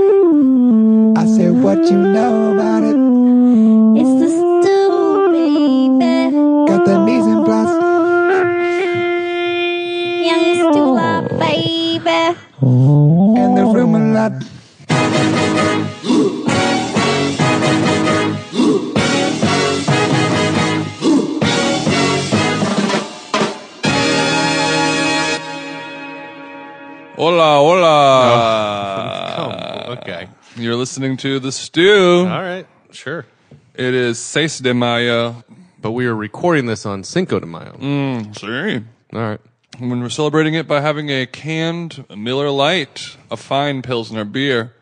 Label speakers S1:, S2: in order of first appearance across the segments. S1: I said, what you know about it?
S2: It's the stew, baby.
S1: Got the mise en place.
S2: Young stew, baby.
S1: And the room a lot.
S3: Hola, hola.
S4: Oh, okay.
S3: You're listening to The Stew.
S4: All right. Sure.
S3: It is Seis de Mayo.
S4: But we are recording this on Cinco de Mayo.
S3: See?
S4: All right.
S3: When we're celebrating it by having a canned Miller Lite, a fine Pilsner beer.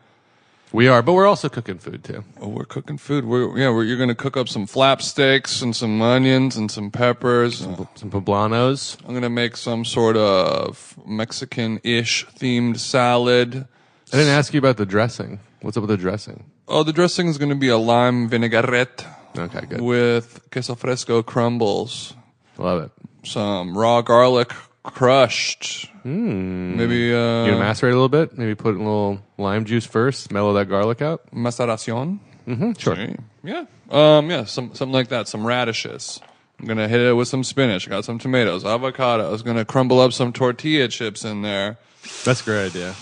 S4: We are, but we're also cooking food too.
S3: Oh, we're cooking food. We're, yeah, we're, you're going to cook up some flap steaks and some onions and some peppers.
S4: Some poblanos.
S3: I'm going to make some sort of Mexican ish themed salad.
S4: I didn't ask you about the dressing. What's up with the dressing?
S3: Oh, the dressing is going to be a lime vinaigrette
S4: Okay, good.
S3: with queso fresco crumbles.
S4: Love it.
S3: some raw garlic crushed. Maybe
S4: Hmm. You
S3: uh,
S4: gonna macerate a little bit. Maybe put in a little lime juice first. Mellow that garlic out.
S3: maceracion.
S4: Mm-hmm, Sure.
S3: Yeah, um, yeah, some something like that. Some radishes. I'm gonna hit it with some spinach. Got some tomatoes, avocado. I was gonna crumble up some tortilla chips in there.
S4: That's a great idea.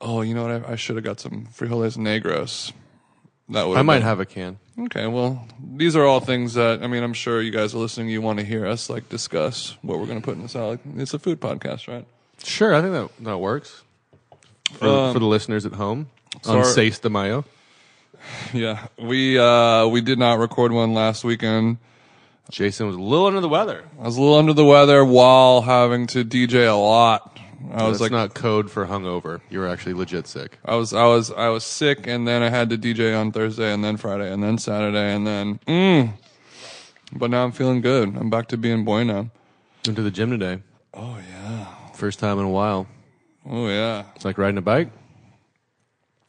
S3: Oh, you know what? I, I should have got some frijoles negros. That would.
S4: I might have a can.
S3: Okay, well, these are all things that I mean. I'm sure you guys are listening. You want to hear us like discuss what we're gonna put in the salad. It's a food podcast, right?
S4: Sure. I think that that works for, for the listeners at home on
S3: sorry.
S4: Seis de Mayo.
S3: Yeah, we uh, we did not record one last weekend.
S4: Jason was a little under the weather.
S3: I was a little under the weather while having to DJ a lot. I was like,
S4: That's not code for hungover. You were actually legit sick.
S3: I was, I was, I was sick, and then I had to DJ on Thursday, and then Friday, and then Saturday, and then. Mm. But now I'm feeling good. I'm back to being bueno.
S4: Went to the gym today.
S3: Oh yeah.
S4: First time in a while.
S3: Oh yeah.
S4: It's like riding a bike.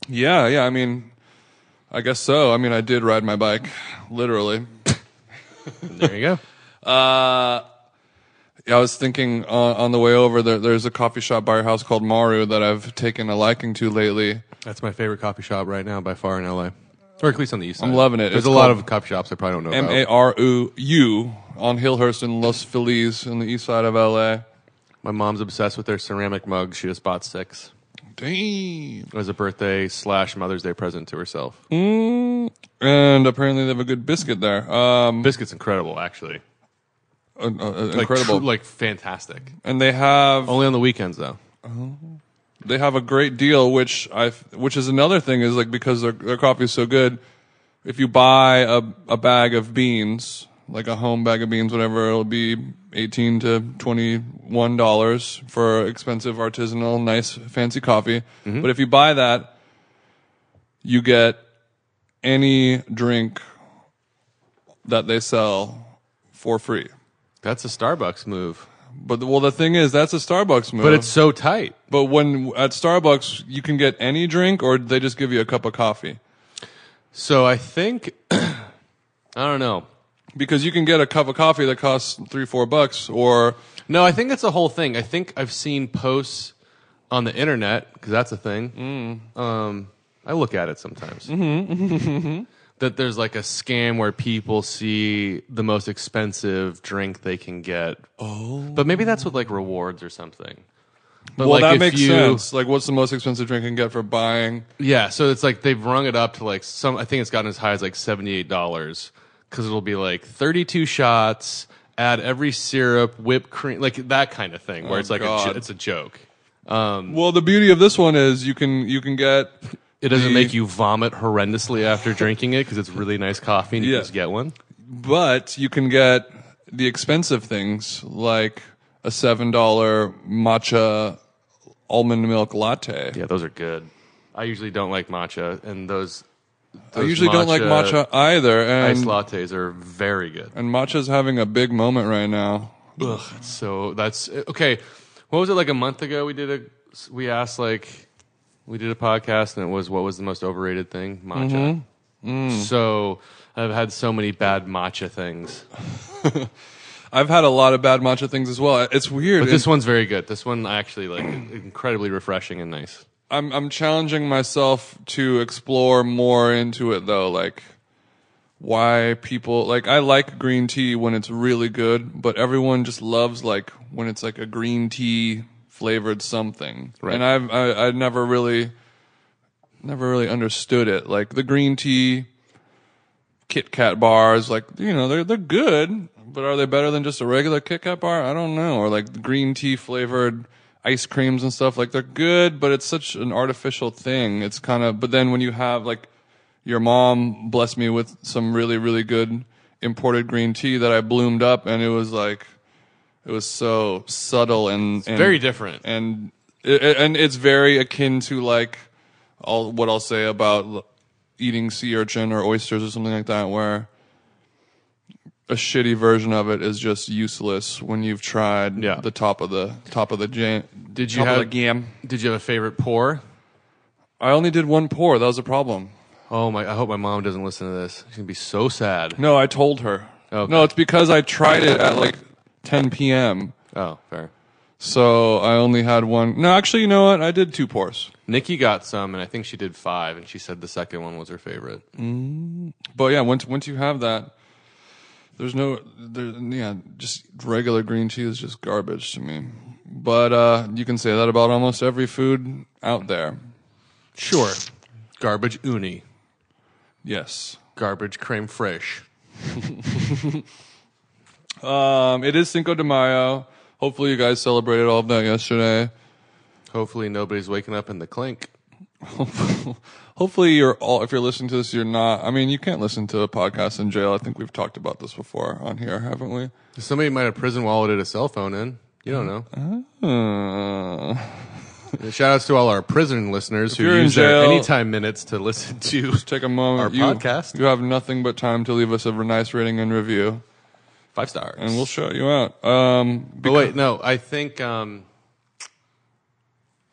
S3: Yeah, yeah. I mean, I guess so. I mean, I did ride my bike, literally.
S4: There you go.
S3: I was thinking uh, on the way over. There, there's a coffee shop by your house called Maru that I've taken a liking to lately.
S4: That's my favorite coffee shop right now by far in LA. Or at least on the east side.
S3: I'm loving it.
S4: There's
S3: It's
S4: a lot
S3: called
S4: of coffee shops I probably don't know
S3: M A
S4: about.
S3: R U U on Hillhurst in Los Feliz in the east side of LA.
S4: My mom's obsessed with their ceramic mug. She just bought six.
S3: Damn.
S4: It was a birthday slash Mother's Day present to herself.
S3: Mm-hmm. And apparently they have a good biscuit there. Um,
S4: Biscuit's incredible, actually.
S3: uh, uh,
S4: Like,
S3: incredible.
S4: tru- like fantastic.
S3: and they have
S4: Only on the weekends though.
S3: they have a great deal, which I which is another thing is like because their their coffee is so good. If you buy a a bag of beans, like a home bag of beans, whatever, it'll be eighteen to twenty one dollars for expensive artisanal, nice, fancy coffee.
S4: Mm-hmm.
S3: But if you buy that, you get any drink that they sell for free.
S4: That's a Starbucks move,
S3: But the, well, the thing is, that's a Starbucks move.
S4: but it's so tight.
S3: But when at Starbucks, you can get any drink, or they just give you a cup of coffee
S4: So I think I don't know.
S3: because you can get a cup of coffee that costs three, four bucks, or
S4: No, I think it's a whole thing. I think I've seen posts on the internet because that's a thing.
S3: Mm.
S4: Um, I look at it sometimes.
S3: Mm-hmm.
S4: that there's like a scam where people see the most expensive drink they can get. Oh, but maybe that's with like rewards or something. But
S3: well,
S4: like,
S3: that
S4: if
S3: makes
S4: you-
S3: sense. Like, what's the most expensive drink you can get for buying?
S4: Yeah, so it's like they've rung it up to like some. I think it's gotten as high as like seventy eight dollars because it'll be like thirty two shots, add every syrup, whipped cream, like that kind of thing, where it's like a,
S3: Oh, God.
S4: jo- it's a joke.
S3: Well, the beauty of this one is you can you can get
S4: It doesn't
S3: The-
S4: make you vomit horrendously after drinking it because it's really nice coffee and you
S3: Yeah.
S4: can just get one.
S3: but you can get the expensive things like a seven dollar matcha almond milk latte.
S4: Yeah, those are good. I usually don't like matcha, and those.
S3: I usually don't like matcha either, and
S4: Iced lattes are very good.
S3: and matcha's having a big moment right now.
S4: Ugh, so that's okay. What was it like a month ago? We did a we asked like we did a podcast and it was what was the most overrated thing? Matcha.
S3: Mm-hmm. Mm.
S4: So I've had so many bad matcha things,
S3: I've had a lot of bad matcha things as well. It's weird.
S4: but this
S3: It's-
S4: one's very good. This one I actually like incredibly refreshing and nice.
S3: I'm I'm challenging myself to explore more into it though, like why people like I like green tea when it's really good, but everyone just loves like when it's like a green tea flavored something.
S4: Right.
S3: And I've I, I never really never really understood it. Like the green tea Kit Kat bars, like you know, they're they're good, but are they better than just a regular Kit Kat bar? I don't know. Or like the green tea flavored ice creams and stuff, like they're good, but it's such an artificial thing. It's kind of but then when you have like your mom blessed me with some really really good imported green tea that I bloomed up, and it was like it was so subtle and, and
S4: very different.
S3: and it, and it's very akin to like all what I'll say about l- eating sea urchin or oysters or something like that, where a shitty version of it is just useless when you've tried
S4: Yeah.
S3: the top of the top of the jam.
S4: Did you
S3: top of
S4: have-
S3: the gam?
S4: Did you have a favorite pour?
S3: I only did one pour. That was a problem.
S4: Oh my! I hope my mom doesn't listen to this. She's gonna be so sad.
S3: No, I told her.
S4: Okay.
S3: No, it's because I tried it at like 10 p.m.
S4: Oh, fair.
S3: So I only had one. No, actually, you know what? I did two pours.
S4: Nikki got some, and I think she did five, and she said the second one was her favorite.
S3: But yeah, once once you have that, there's no there. Yeah, just regular green tea is just garbage to me. But uh, you can say that about almost every food out there.
S4: Sure. Garbage uni.
S3: Yes,
S4: Garbage creme fraiche.
S3: um, it is Cinco de Mayo. Hopefully, you guys celebrated all of that yesterday.
S4: Hopefully nobody's waking up in the clink.
S3: Hopefully, you're all. If you're listening to this, you're not. I mean, you can't listen to a podcast in jail. I think we've talked about this before on here, haven't we?
S4: Somebody might have prison walleted a cell phone in. You don't know.
S3: Uh,
S4: Shout outs to all our prison listeners who
S3: you're in
S4: use their
S3: jail-
S4: anytime minutes to listen to
S3: just take a moment.
S4: Our
S3: you,
S4: podcast?
S3: You have nothing but time to leave us a nice rating and review.
S4: five stars.
S3: and we'll shout you out. Um,
S4: but Oh, wait, no, I think um,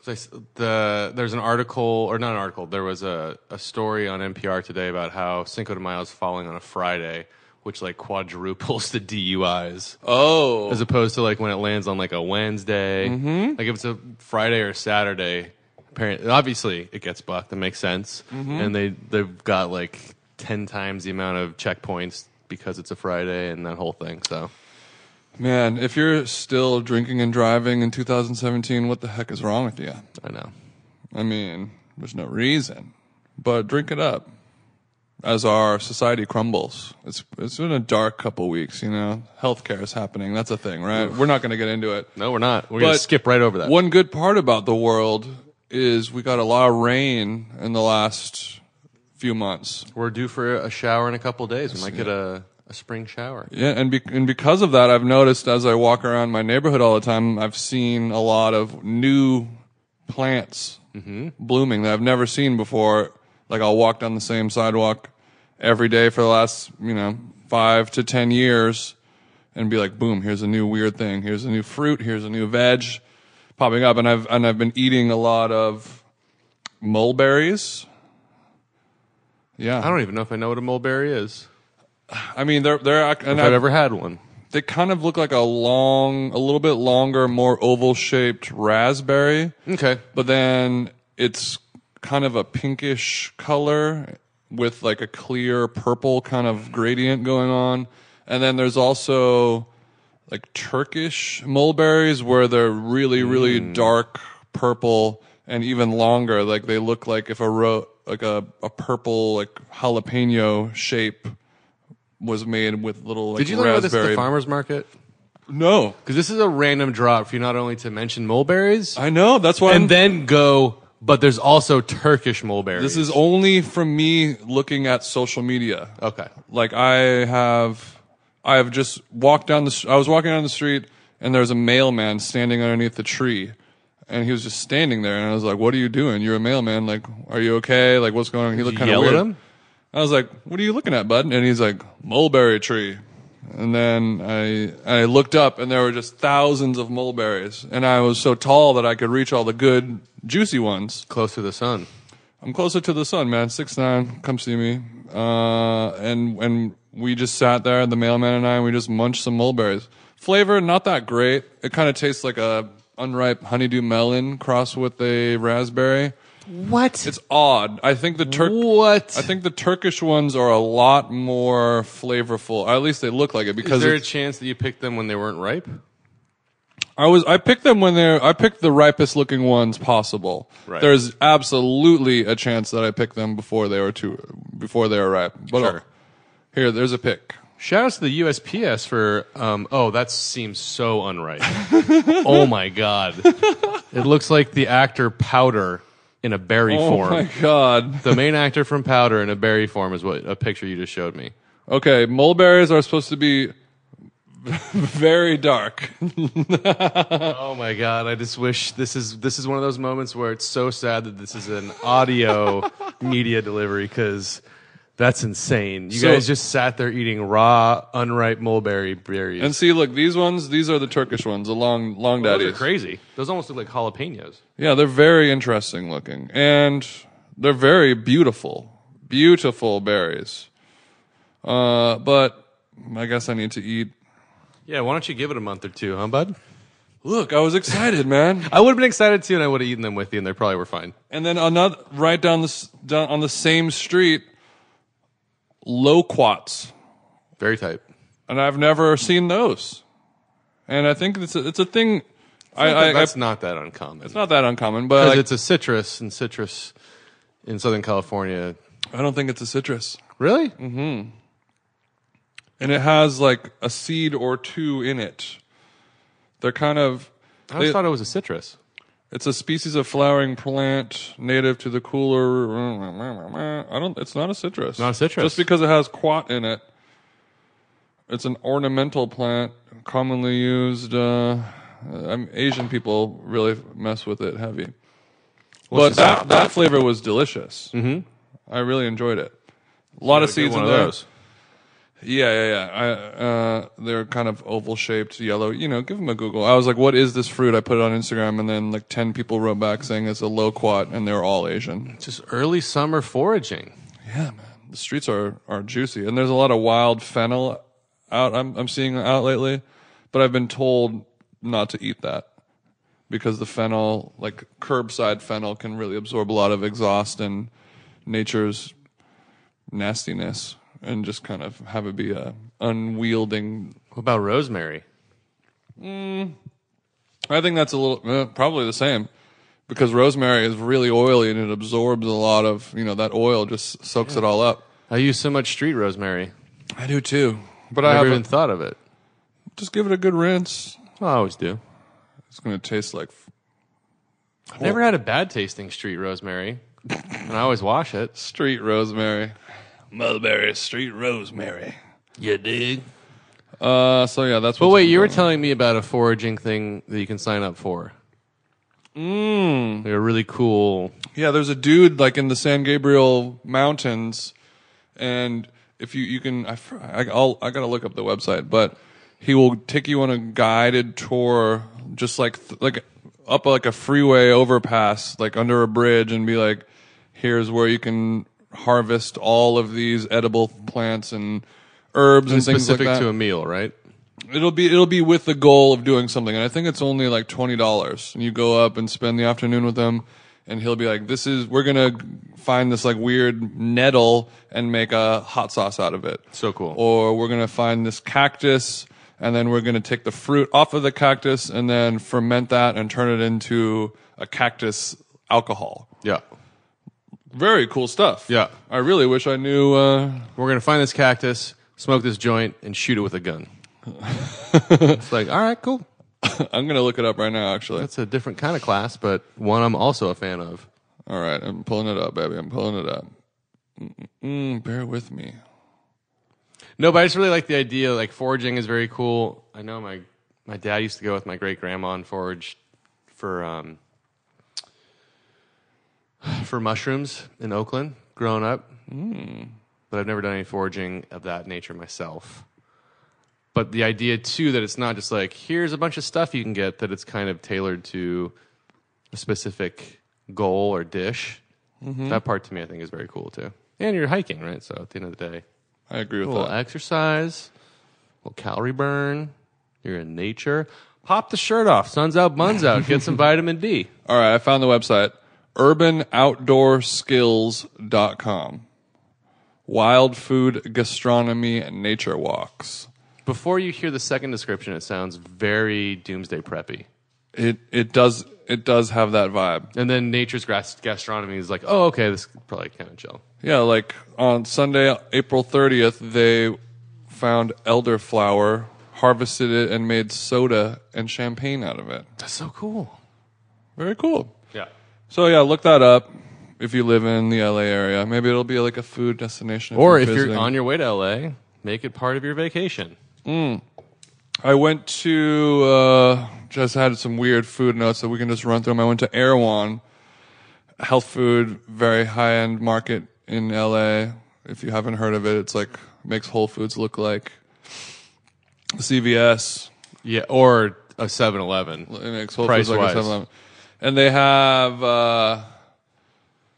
S4: was I s- the there's an article or not an article. There was a, a story on NPR today about how Cinco de Mayo is falling on a Friday, which like quadruples the DUIs.
S3: oh,
S4: as opposed to like when it lands on like a Wednesday. Like if it's a Friday or Saturday, apparently, obviously it gets bucked. That makes sense. And they they've got like ten times the amount of checkpoints because it's a Friday and that whole thing. So
S3: man, if you're still drinking and driving in 2017, what the heck is wrong with you?
S4: I know.
S3: I mean, there's no reason, but drink it up as our society crumbles. It's it's been a dark couple weeks, you know. Healthcare is happening. That's a thing, right? We're not going to get into it.
S4: No, we're not. We're gonna
S3: But
S4: skip right over that.
S3: One good part about the world is we got a lot of rain in the last few months.
S4: We're due for a shower in a couple days. We might get a a spring shower.
S3: Yeah, and be- and because of that, I've noticed as I walk around my neighborhood all the time, I've seen a lot of new plants
S4: Mm-hmm.
S3: blooming that I've never seen before. Like I'll walk down the same sidewalk every day for the last you know five to ten years, and be like, boom, here's a new weird thing, here's a new fruit, here's a new veg popping up, and I've and I've been eating a lot of mulberries. Yeah,
S4: I don't even know if I know what a mulberry is.
S3: I mean, they're they're ac- and
S4: If I've
S3: I've-
S4: ever had one.
S3: they kind of look like a long, a little bit longer, more oval shaped raspberry,
S4: Okay.
S3: but then it's kind of a pinkish color with like a clear purple kind of gradient going on. And then there's also like Turkish mulberries where they're really, really
S4: Hmm.
S3: dark purple and even longer. Like they look like if a ro- like a, a purple like jalapeno shape was made with little like
S4: Did you learn about this at
S3: raspberry
S4: the farmer's market?
S3: no,
S4: Because this is a random drop for you not only to mention mulberries,
S3: I know. That's why. I'm,
S4: and then go. But there's also Turkish mulberries.
S3: this is only from me looking at social media.
S4: okay.
S3: Like I have, I have just walked down the. str- I was walking down the street, and there's a mailman standing underneath the tree, and he was just standing there. And I was like, "What are you doing? You're a mailman. Like, are you okay? Like, what's going on?" He looked kind of
S4: Yell
S3: weird.
S4: at him.
S3: I was like, "What are you looking at, bud?" And he's like, "Mulberry tree." And then I I looked up, and there were just thousands of mulberries, and I was so tall that I could reach all the good juicy ones.
S4: Close to the sun.
S3: I'm closer to the sun, man. Six nine, come see me. Uh, and and we just sat there, the mailman and I, and we just munched some mulberries. Flavor not that great. It kind of tastes like a unripe honeydew melon crossed with a raspberry.
S4: What?
S3: It's odd. I think the Turk.
S4: what?
S3: I think the Turkish ones are a lot more flavorful. At least they look like it
S4: Is
S3: because
S4: there a
S3: it's-
S4: chance that you picked them when they weren't ripe?
S3: I was I picked them when they're I picked the ripest looking ones possible.
S4: Right.
S3: There's absolutely a chance that I picked them before they were too before they were ripe. But oh,
S4: Sure.
S3: here, there's a pick.
S4: Shout out to the USPS for. Um, oh, that seems so unripe. oh my god! It looks like the actor Powder in a berry
S3: Oh
S4: form.
S3: my god.
S4: The main actor from Powder in a berry form is what a picture you just showed me.
S3: Okay, mulberries are supposed to be very dark.
S4: Oh my god! I just wish this is this is one of those moments where it's so sad that this is an audio media delivery because that's insane. You
S3: So-
S4: guys just sat there eating raw, unripe mulberry berries.
S3: And see, look, these ones, these are the Turkish ones, the long long
S4: those
S3: daddies.
S4: are crazy. Those almost look like jalapenos.
S3: Yeah, they're very interesting looking, and they're very beautiful, beautiful berries. Uh, but I guess I need to eat.
S4: Yeah, why don't you give it a month or two, huh, bud?
S3: Look, I was excited, man.
S4: I would have been excited too, and I would have eaten them with you, and they probably were fine.
S3: And then another right down the s- down on the same street, loquats,
S4: Very type.
S3: and I've never seen those. And I think it's a, it's a thing. I, I,
S4: that's
S3: I-
S4: not that uncommon.
S3: it's not that uncommon, but like,
S4: it's a citrus, and citrus in Southern California.
S3: I don't think it's a citrus,
S4: Really?
S3: and it has like a seed or two in it. They're kind of.
S4: I always
S3: they-
S4: thought it was a citrus.
S3: It's a species of flowering plant native to the cooler. I don't. It's not a citrus.
S4: Not a citrus.
S3: Just because it has quat in it, it's an ornamental plant commonly used. Uh, I'm, Asian people really mess with it heavy. but that, that flavor was delicious. Mm-hmm. I really enjoyed it. A lot of seeds in there. Yeah, yeah, yeah. I, uh, they're kind of oval shaped, yellow. You know, give them a Google. I was like, "What is this fruit?" I put it on Instagram, and then like ten people wrote back saying it's a loquat, and they're all Asian.
S4: Just early summer foraging.
S3: Yeah, man. The streets are are juicy, and there's a lot of wild fennel out. I'm I'm seeing out lately, but I've been told not to eat that because the fennel, like curbside fennel, can really absorb a lot of exhaust and nature's nastiness, and just kind of have it be a unwielding
S4: What about rosemary?
S3: I think that's a little uh, probably the same because rosemary is really oily and it absorbs a lot of you know that oil just soaks it all up.
S4: I use so much street rosemary.
S3: I do too, but
S4: I
S3: I
S4: never
S3: haven't.
S4: even thought of it.
S3: just give it a good rinse.
S4: I always do.
S3: It's gonna taste like.
S4: I've never had a bad tasting street rosemary, and I always wash it.
S3: Street rosemary, mulberry street rosemary.
S4: You dig?
S3: Uh, so yeah, that's.
S4: But wait, you were telling me about a foraging thing that you can sign up for. Mm. Like a really cool.
S3: Yeah, there's a dude like in the San Gabriel Mountains, and if you you can, I, fr- I I'll, I gotta look up the website, but he will take you on a guided tour, just like th- like up like a freeway overpass, like under a bridge, and be like, here's where you can harvest all of these edible plants and herbs and things like
S4: specific
S3: that.
S4: to a meal, right?
S3: It'll be it'll be with the goal of doing something, and I think it's only like twenty dollars. And you go up and spend the afternoon with him, and he'll be like, "This is we're gonna find this like weird nettle and make a hot sauce out of it."
S4: So cool.
S3: Or we're gonna find this cactus, and then we're gonna take the fruit off of the cactus and then ferment that and turn it into a cactus alcohol.
S4: Yeah.
S3: Very cool stuff.
S4: Yeah.
S3: I really wish I knew. Uh,
S4: We're going to find this cactus, smoke this joint, and shoot it with a gun. it's like, all right, cool.
S3: I'm gonna look it up right now. Actually,
S4: That's a different kind of class, but one I'm also a fan of.
S3: All right, I'm pulling it up, baby. I'm pulling it up. Mm-mm, bear with me.
S4: No, but I just really like the idea. Like foraging is very cool. I know my my dad used to go with my great grandma and forage for um for mushrooms in Oakland growing up. Mm. But I've never done any foraging of that nature myself. But the idea too that it's not just like here's a bunch of stuff you can get that it's kind of tailored to a specific goal or dish. That part to me I think is very cool too. And you're hiking, right? So at the end of the day,
S3: I agree with
S4: a little
S3: that.
S4: exercise, a little calorie burn. You're in nature. Pop the shirt off. Sun's out, buns out. Get some vitamin D.
S3: All right, I found the website. urbanoutdoorskills.com. Wild food, gastronomy, and nature walks.
S4: Before you hear the second description, it sounds very doomsday preppy.
S3: It it does it does have that vibe.
S4: And then nature's gras- gastronomy is like, oh, okay, this is probably kind of chill.
S3: Yeah, like on Sunday, April 30th, they found elderflower, harvested it, and made soda and champagne out of it.
S4: That's so cool.
S3: Very cool.
S4: Yeah.
S3: So, yeah, look that up if you live in the LA area. Maybe it'll be like a food destination.
S4: Or if you're on your way to LA, make it part of your vacation.
S3: I went to, uh, just had some weird food notes that we can just run through them. I went to Erewhon, health food, very high end market in LA. If you haven't heard of it, it's like makes Whole Foods look like CVS.
S4: Yeah, or a 7 Eleven.
S3: It makes Whole
S4: Price
S3: Foods like a
S4: wise.
S3: 7-Eleven. And they have uh,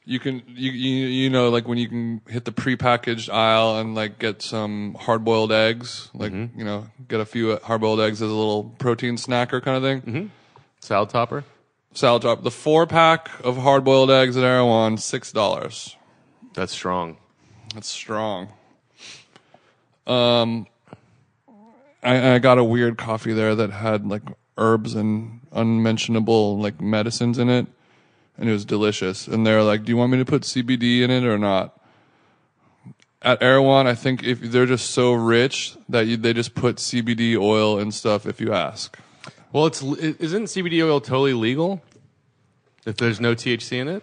S3: you can you, you you know like when you can hit the prepackaged aisle and like get some hard boiled eggs, like you know get a few hard boiled eggs as a little protein snacker kind of thing.
S4: Salad topper.
S3: Salad drop. The four pack of hard boiled eggs at Erewhon six dollars.
S4: That's strong.
S3: That's strong. Um, I, I got a weird coffee there that had like herbs and unmentionable like medicines in it, and it was delicious. And they're like, "Do you want me to put CBD in it or not?" At Erewhon, I think if they're just so rich that you, they just put CBD oil and stuff if you ask.
S4: Well, it's it- isn't CBD oil totally legal if there's no THC in it?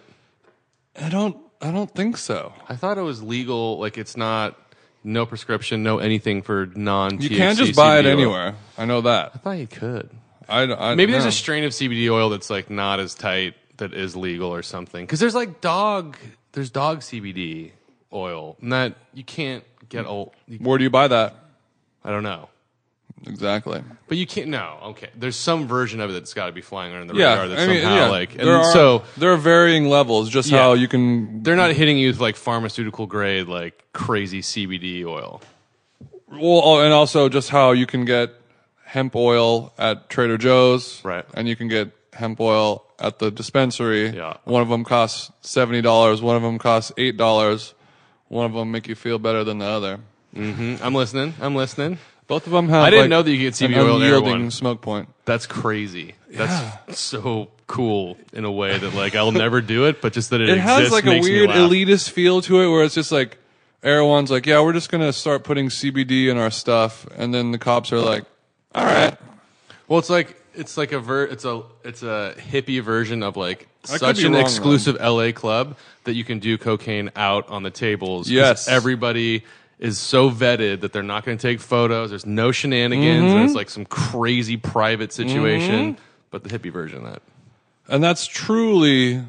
S3: I don't. I don't think so.
S4: I thought it was legal. Like it's not no prescription, no anything for non.
S3: You can't
S4: E
S3: just buy it anywhere. I know
S4: I
S3: that.
S4: thought you could.
S3: I, I
S4: Maybe
S3: no.
S4: there's a strain of CBD oil that's like not as tight that is legal or something. Because there's like dog, there's dog CBD oil, and that you can't get old. you-
S3: Where do you buy that?
S4: I don't know,
S3: Exactly.
S4: but you can't. No, okay. There's some version of it that's got to be flying under the radar that's
S3: I mean,
S4: somehow
S3: yeah.
S4: like. And
S3: there are,
S4: so
S3: there are varying levels. Just
S4: Yeah.
S3: how you can,
S4: they're not hitting you with like pharmaceutical grade like crazy CBD oil.
S3: well, oh, and also just how you can get hemp oil at Trader Joe's,
S4: Right.
S3: And you can get hemp oil at the dispensary.
S4: Yeah.
S3: One of them costs seventy dollars. One of them costs eight dollars. One of them make you feel better than the other.
S4: I'm listening. I'm listening.
S3: Both of them have.
S4: I didn't
S3: like,
S4: know that you could see
S3: an
S4: the oil in
S3: unyielding
S4: everyone.
S3: smoke point.
S4: That's crazy. That's so cool in a way that like I'll never do it, but just that it,
S3: It
S4: exists
S3: has like a
S4: makes me
S3: weird
S4: laugh.
S3: elitist feel to it, where it's just like Erewhon's like, yeah, we're just gonna start putting CBD in our stuff, and then the cops are like, all right.
S4: Well, it's like it's like a ver- it's a it's a hippie version of like
S3: could
S4: such
S3: be
S4: an
S3: wrong,
S4: exclusive LA club that you can do cocaine out on the tables. 'cause
S3: Yes.
S4: everybody is so vetted that they're not going to take photos. There's no shenanigans.
S3: Mm-hmm.
S4: And it's like some crazy private situation, but the hippie version of that.
S3: And that's truly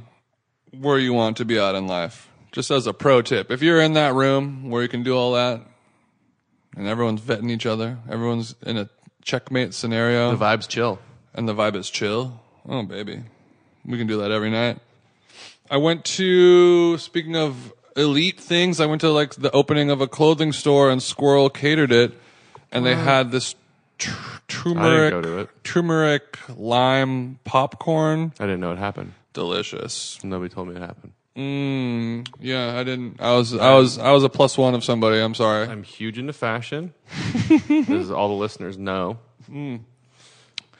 S3: where you want to be at in life. Just as a pro tip, if you're in that room where you can do all that, and everyone's vetting each other, everyone's in a checkmate scenario,
S4: The vibes chill.
S3: and the vibe is chill. Oh, baby. We can do that every night. I went to, speaking of elite things, I went to like the opening of a clothing store and Squirrel catered it. And they had this tr- turmeric,
S4: go to it.
S3: turmeric lime popcorn.
S4: I didn't know it happened.
S3: Delicious.
S4: Nobody told me it happened.
S3: Yeah, I didn't. I was, I was, I was a plus one of somebody. I'm sorry.
S4: I'm huge into fashion. as all the listeners know.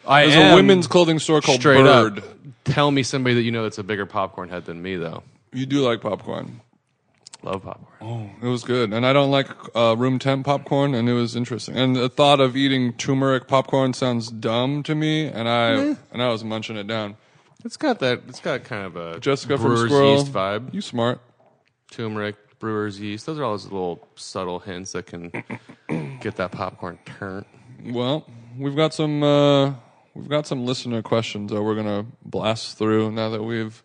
S4: I
S3: There's a women's clothing store called
S4: straight
S3: Bird.
S4: up. Tell me somebody that you know that's a bigger popcorn head than me, though.
S3: You do like popcorn.
S4: Love popcorn.
S3: It was good, and I don't like uh, room temp popcorn, and it was interesting. And the thought of eating turmeric popcorn sounds dumb to me, and I
S4: Eh.
S3: and I was munching it down.
S4: It's got that. It's got kind of a
S3: Jessica
S4: brewer's
S3: from Squirrel
S4: yeast vibe.
S3: You smart.
S4: Turmeric, brewer's yeast. Those are all those little subtle hints that can get that popcorn turnt.
S3: Well, we've got some uh, we've got some listener questions that we're gonna blast through now that we've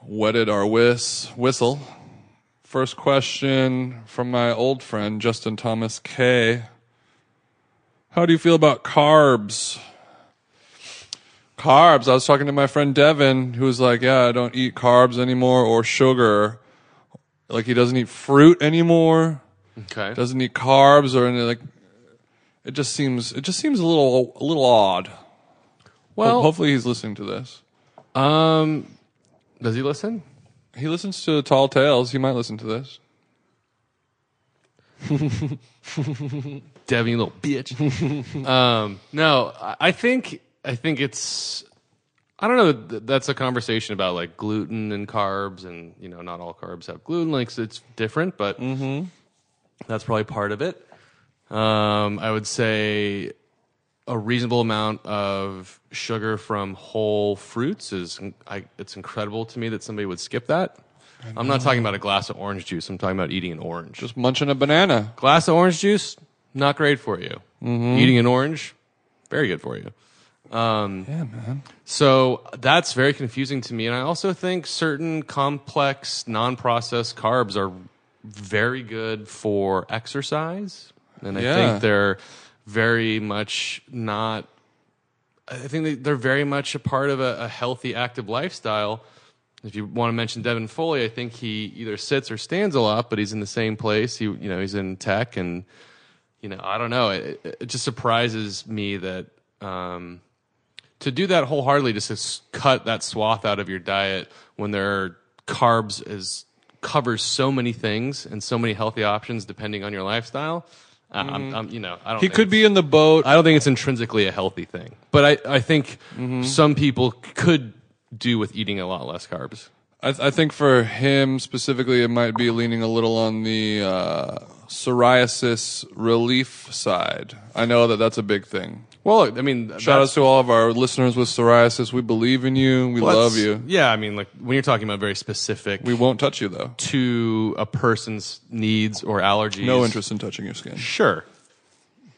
S3: wetted our whis- whistle. First question from my old friend Justin Thomas K. How do you feel about carbs? Carbs. I was talking to my friend Devin, who was like, "Yeah, I don't eat carbs anymore or sugar. Like he doesn't eat fruit anymore."
S4: Okay.
S3: doesn't eat carbs or any like it just seems it just seems a little a little odd. Well,
S4: well,
S3: hopefully he's listening to this.
S4: um, Does he listen?
S3: He listens to Tall Tales. He might listen to this.
S4: Devin, you little bitch. um, no, I- I think I think it's. I don't know. th- That's a conversation about like gluten and carbs, and you know, not all carbs have gluten. Like so it's different, but that's probably part of it. Um, I would say a reasonable amount of sugar from whole fruits is. I, it's incredible to me that somebody would skip that. I'm not talking about a glass of orange juice. I'm talking about eating an orange
S3: Just munching a banana.
S4: glass of orange juice not great for you
S3: Mm-hmm.
S4: eating an orange very good for you um,
S3: Yeah, man.
S4: so that's very confusing to me and i also think certain complex non-processed carbs are very good for exercise and i
S3: Yeah.
S4: think they're very much not i think they- they're very much a part of a, a healthy active lifestyle if you want to mention Devin Foley, I think he either sits or stands a lot, but he's in the same place. He, you know, he's in tech, and you know, I don't know. It, it- it just surprises me that um, to do that wholeheartedly, just to s- cut that swath out of your diet when there are carbs is covers so many things and so many healthy options depending on your lifestyle. I I'm, I'm, you know, I
S3: Mm-hmm.
S4: don't.
S3: He
S4: think
S3: could
S4: it's-
S3: be in the boat.
S4: I don't think it's intrinsically a healthy thing, but I, I think
S3: Mm-hmm.
S4: some people could do with eating a lot less carbs.
S3: I, I think for him specifically, it might be leaning a little on the uh, psoriasis relief side. I know that that's a big thing.
S4: Well, I mean,
S3: Shout
S4: that's-
S3: outs to all of our listeners with psoriasis. We believe in you. We
S4: that's-
S3: love you.
S4: Yeah, I mean, like when you're talking about very specific
S3: We won't touch you though.
S4: to a person's needs or allergies.
S3: No interest in touching your skin.
S4: Sure.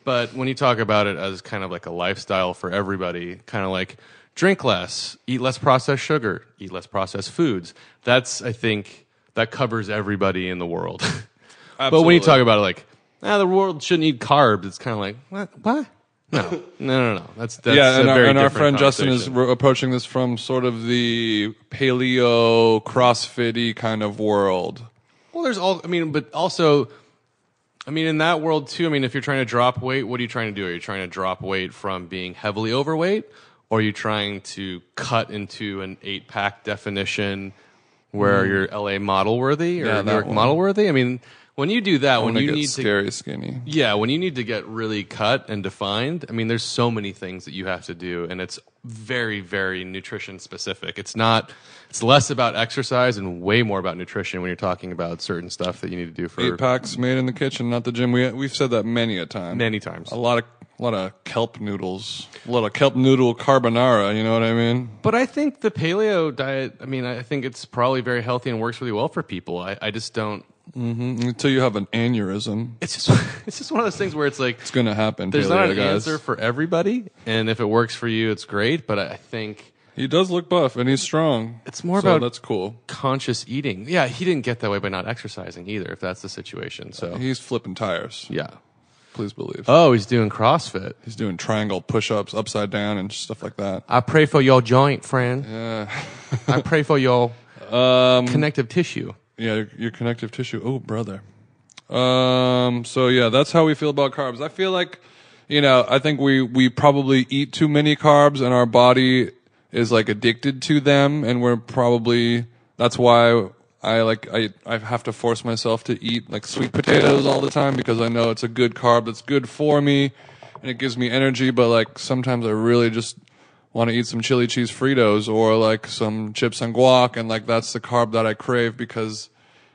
S4: But when you talk about it as kind of like a lifestyle for everybody, kind of like drink less, eat less processed sugar, eat less processed foods, that's, I think, that covers everybody in the world. but when
S3: Absolutely.
S4: you talk about it like, ah, the world shouldn't eat carbs, it's kind of like, what? what? No, no, no, no. That's, that's
S3: yeah, and,
S4: a
S3: our,
S4: very
S3: and our
S4: different
S3: friend Justin is
S4: conversation.
S3: re- approaching this from sort of the paleo, CrossFit kind of world.
S4: Well, there's all. I mean, but also, I mean, in that world too. I mean, if you're trying to drop weight, what are you trying to do? Are you trying to drop weight from being heavily overweight, or are you trying to cut into an eight pack definition where you're LA model worthy or
S3: Hmm. Yeah, that
S4: New York
S3: one.
S4: model worthy? I mean, when you do that,
S3: When
S4: when
S3: they
S4: you
S3: get
S4: need to
S3: scary skinny.
S4: yeah, when you need to get really cut and defined, I mean, there's so many things that you have to do, and it's very, very nutrition specific. It's not, it's less about exercise and way more about nutrition when you're talking about certain stuff that you need to do for
S3: Eight packs made in the kitchen, not the gym. We we've said that many a time.
S4: many times.
S3: A lot of a lot of kelp noodles, a lot of kelp noodle carbonara. You know what I mean?
S4: But I think the paleo diet, I mean, I think it's probably very healthy and works really well for people. I, I just don't,
S3: Until you have an aneurysm,
S4: it's just, it's just one of those things where it's like,
S3: it's gonna happen.
S4: there's
S3: paleo,
S4: not an
S3: guys.
S4: answer for everybody, and if it works for you, it's great, but I think.
S3: He does look buff and he's strong.
S4: It's more
S3: so
S4: about-
S3: that's cool.
S4: conscious eating. Yeah, he didn't get that way by not exercising either, if that's the situation. So,
S3: He's flipping tires.
S4: yeah.
S3: Please believe.
S4: Oh, he's doing CrossFit.
S3: he's doing triangle push-ups upside down and stuff like that.
S4: I pray for your joint, friend. I pray for your connective tissue.
S3: Yeah, your, your connective tissue. Oh, brother. Um. So yeah, that's how we feel about carbs. I feel like, you know, I think we we probably eat too many carbs, and our body is like addicted to them, and we're probably that's why I like I I have to force myself to eat like sweet potatoes all the time because I know it's a good carb that's good for me, and it gives me energy. But like sometimes I really just want to eat some chili cheese Fritos or like some chips and guac, and like that's the carb that I crave because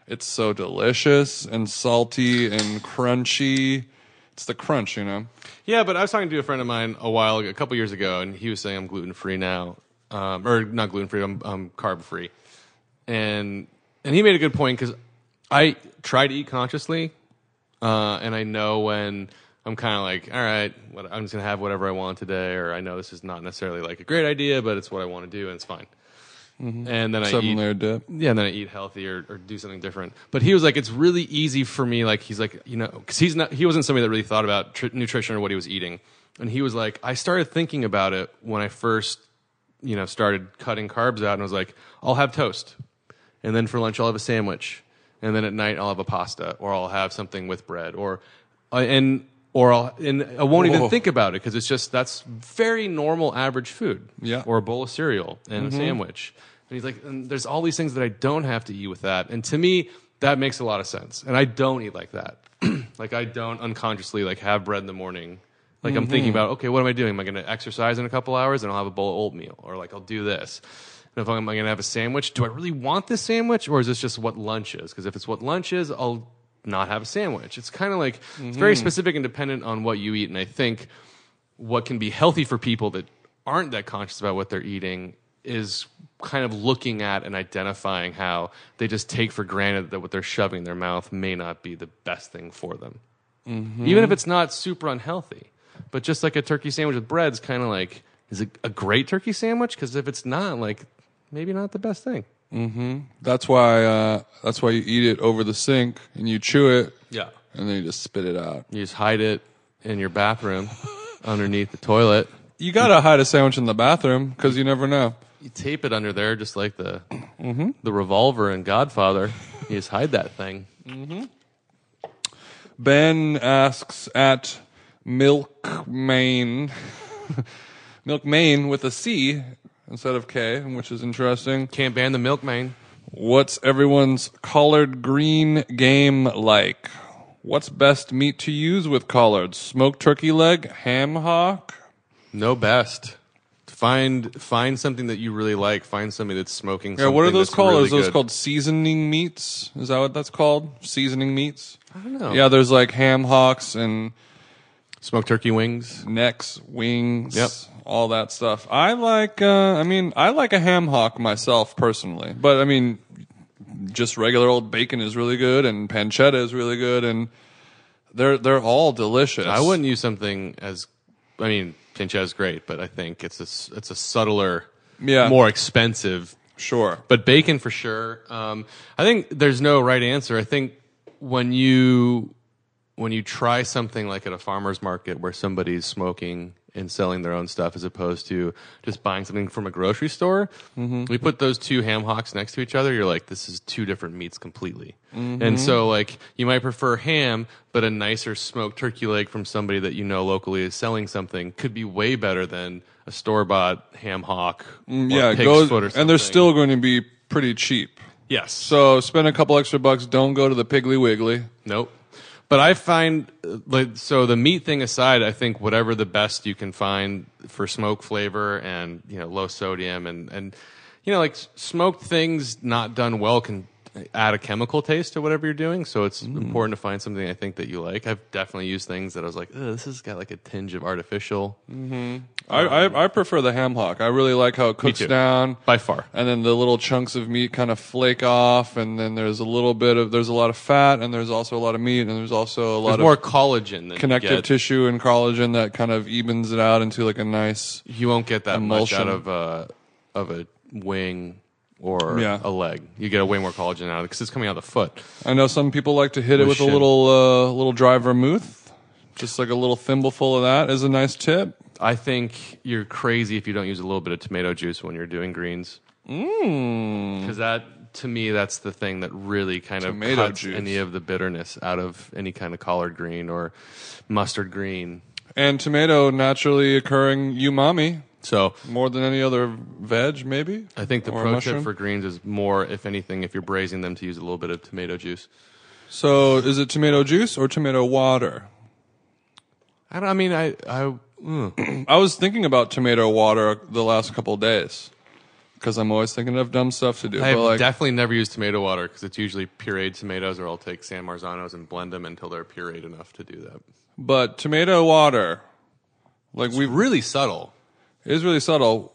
S3: it's so delicious and salty and crunchy. It's the crunch, you know.
S4: Yeah, but I was talking to a friend of mine a while ago, a couple years ago, and he was saying I'm gluten free now, um, or not gluten free, I'm, I'm carb free, and and he made a good point because I try to eat consciously, uh, and I know when I'm kind of like, all right, what, I'm just gonna have whatever I want today, or I know this is not necessarily like a great idea, but it's what I want to do, and it's fine. And then I
S3: Seven
S4: eat,
S3: layer dip.
S4: yeah, and then I eat healthy or, or do something different. But he was like, it's really easy for me. Like he's like, you know, because he's not, he wasn't somebody that really thought about tr- nutrition or what he was eating. And he was like, I started thinking about it when I first, you know, started cutting carbs out, and I was like, I'll have toast, and then for lunch I'll have a sandwich, and then at night I'll have a pasta, or I'll have something with bread, or uh, and or I'll and I won't
S3: Whoa.
S4: even think about it because it's just that's very normal average food,
S3: Yeah.
S4: or a bowl of cereal and a sandwich. And he's like, and there's all these things that I don't have to eat with that. And to me, that makes a lot of sense. And I don't eat like that. like I don't unconsciously like have bread in the morning. Like I'm thinking about, okay, what am I doing? Am I going to exercise in a couple hours and I'll have a bowl of oatmeal or like I'll do this. And if I'm, am I going to have a sandwich, do I really want this sandwich or is this just what lunch is? Because if it's what lunch is, I'll not have a sandwich. It's kind of like it's very specific and dependent on what you eat. And I think what can be healthy for people that aren't that conscious about what they're eating is kind of looking at and identifying how they just take for granted that what they're shoving in their mouth may not be the best thing for them. Even if it's not super unhealthy. But just like a turkey sandwich with bread is kind of like, is it a great turkey sandwich? Because if it's not, like, maybe not the best thing.
S3: That's why. Uh, that's why you eat it over the sink and you chew it,
S4: Yeah.
S3: and then you just spit it out.
S4: You just hide it in your bathroom underneath the toilet.
S3: You gotta hide a sandwich in the bathroom because you never know.
S4: You tape it under there, just like the
S3: Mm-hmm.
S4: the revolver in Godfather. You just hide that thing.
S3: Ben asks at Milkmain, Milkmain with a C instead of K, which is interesting.
S4: Can't ban the milkman.
S3: What's everyone's collard green game like? What's best meat to use with collards? Smoked turkey leg, ham hock.
S4: No best. Find find something that you really like. Find somebody that's smoking.
S3: Yeah, what are
S4: something
S3: those
S4: that's
S3: called?
S4: really
S3: Is those
S4: good.
S3: called seasoning meats? Is that what that's called? Seasoning meats?
S4: I don't know.
S3: Yeah, there's like ham hocks and
S4: smoked turkey wings.
S3: necks, wings,
S4: Yep.
S3: all that stuff. I like, uh, I mean, I like a ham hock myself personally, but I mean, just regular old bacon is really good, and pancetta is really good, and they're they're all delicious.
S4: I wouldn't use something as. I mean, pancetta is great, but I think it's a s- it's a subtler,
S3: Yeah.
S4: more expensive
S3: sure.
S4: but bacon for sure. Um, I think there's no right answer. I think when you when you try something like at a farmer's market where somebody's smoking and selling their own stuff as opposed to just buying something from a grocery store,
S3: Mm-hmm.
S4: we put those two ham hocks next to each other. You're like, this is two different meats completely.
S3: Mm-hmm.
S4: And so, like, you might prefer ham, but a nicer smoked turkey leg from somebody that you know locally is selling something could be way better than a store bought ham hock. or
S3: Mm, yeah,
S4: pig's
S3: go
S4: foot or
S3: and they're
S4: something.
S3: still going to be pretty cheap.
S4: Yes.
S3: So spend a couple extra bucks. Don't go to the Piggly Wiggly.
S4: Nope. But I find uh, like so the meat thing aside, I think whatever the best you can find for smoke flavor and you know low sodium and and you know like s- smoked things not done well can add a chemical taste to whatever you're doing. So it's
S3: Mm.
S4: important to find something I think that you like. I've definitely used things that I was like, Ugh, this has got like a tinge of artificial
S3: Mm. I, I I prefer the ham hock. I really like how it cooks
S4: Um, too.
S3: down.
S4: by far.
S3: and then the little chunks of meat kind of flake off and then there's a little bit of there's a lot of fat and there's also a lot of meat and there's also a lot
S4: There's
S3: of
S4: more collagen than
S3: connective
S4: you get.
S3: tissue and collagen that kind of evens it out into like a nice
S4: you won't get that much
S3: Emulsion.
S4: out of a of a wing or
S3: Yeah.
S4: a leg. You get a way more collagen out of it because it's coming out of the foot.
S3: I know some people like to hit it
S4: We
S3: with a
S4: should.
S3: little uh, little dry vermouth just like a little thimbleful of that is a nice tip
S4: I think you're crazy if you don't use a little bit of tomato juice when you're doing greens.
S3: Mmm.
S4: Because that, to me, that's the thing that really kind of
S3: Tomato
S4: cuts
S3: juice.
S4: any of the bitterness out of any kind of collard green or mustard green.
S3: and tomato naturally occurring umami
S4: So
S3: more than any other veg maybe
S4: I think the
S3: Or
S4: pro
S3: mushroom.
S4: tip for greens is more, if anything, if you're braising them, to use a little bit of tomato juice.
S3: so is it tomato juice or tomato water
S4: I don't. I mean, I, I
S3: I was thinking about tomato water the last couple days because I'm always thinking of dumb stuff to do.
S4: I've
S3: but like,
S4: definitely never used tomato water because it's usually pureed tomatoes, or I'll take San Marzano's and blend them until they're pureed enough to do that.
S3: but tomato water, like we,
S4: Really subtle.
S3: is really subtle.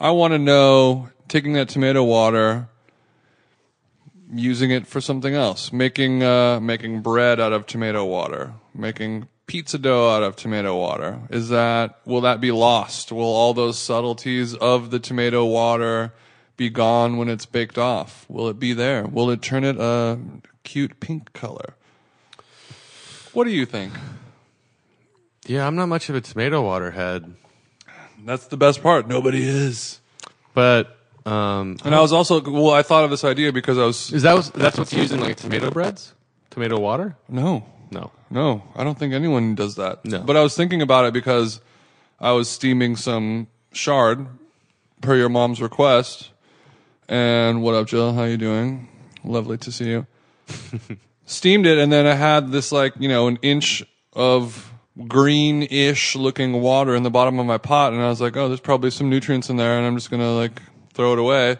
S3: I want to know taking that tomato water, using it for something else, making uh, making bread out of tomato water, making pizza dough out of tomato water. Is that will that be lost? Will all those subtleties of the tomato water be gone when it's baked off? Will it be there? Will it turn it a cute pink color? What do you think?
S4: Yeah, I'm not much of a tomato water head,
S3: That's the best part. Nobody is.
S4: but um,
S3: And I was also well. I thought of this idea because I was
S4: is that was, that's what's used in like tomato breads? Tomato water?
S3: no,
S4: No.
S3: no. I don't think anyone does that.
S4: No.
S3: But I was thinking about it because I was steaming some shard per your mom's request, And what up, Jill? How you doing? Lovely to see you. Steamed it, and then I had this like you know an inch of green-ish looking water in the bottom of my pot, and I was like, oh, there's probably some nutrients in there, and I'm just gonna like throw it away.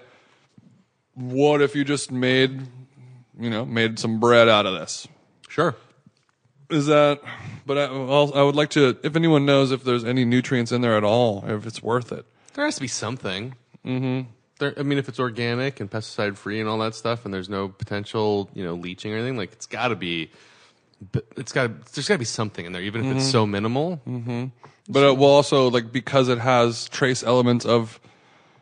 S3: What if you just made, you know, made some bread out of this?
S4: Sure.
S3: is that but I, I'll- I would like to if anyone knows if there's any nutrients in there at all if it's worth it
S4: There has to be something. Mm-hmm. There, I mean, if it's organic and pesticide free and all that stuff, and there's no potential, you know, leaching or anything, like it's got to be. but It's got. There's got to be something in there, even if it's so minimal.
S3: but it will also like because it has trace elements of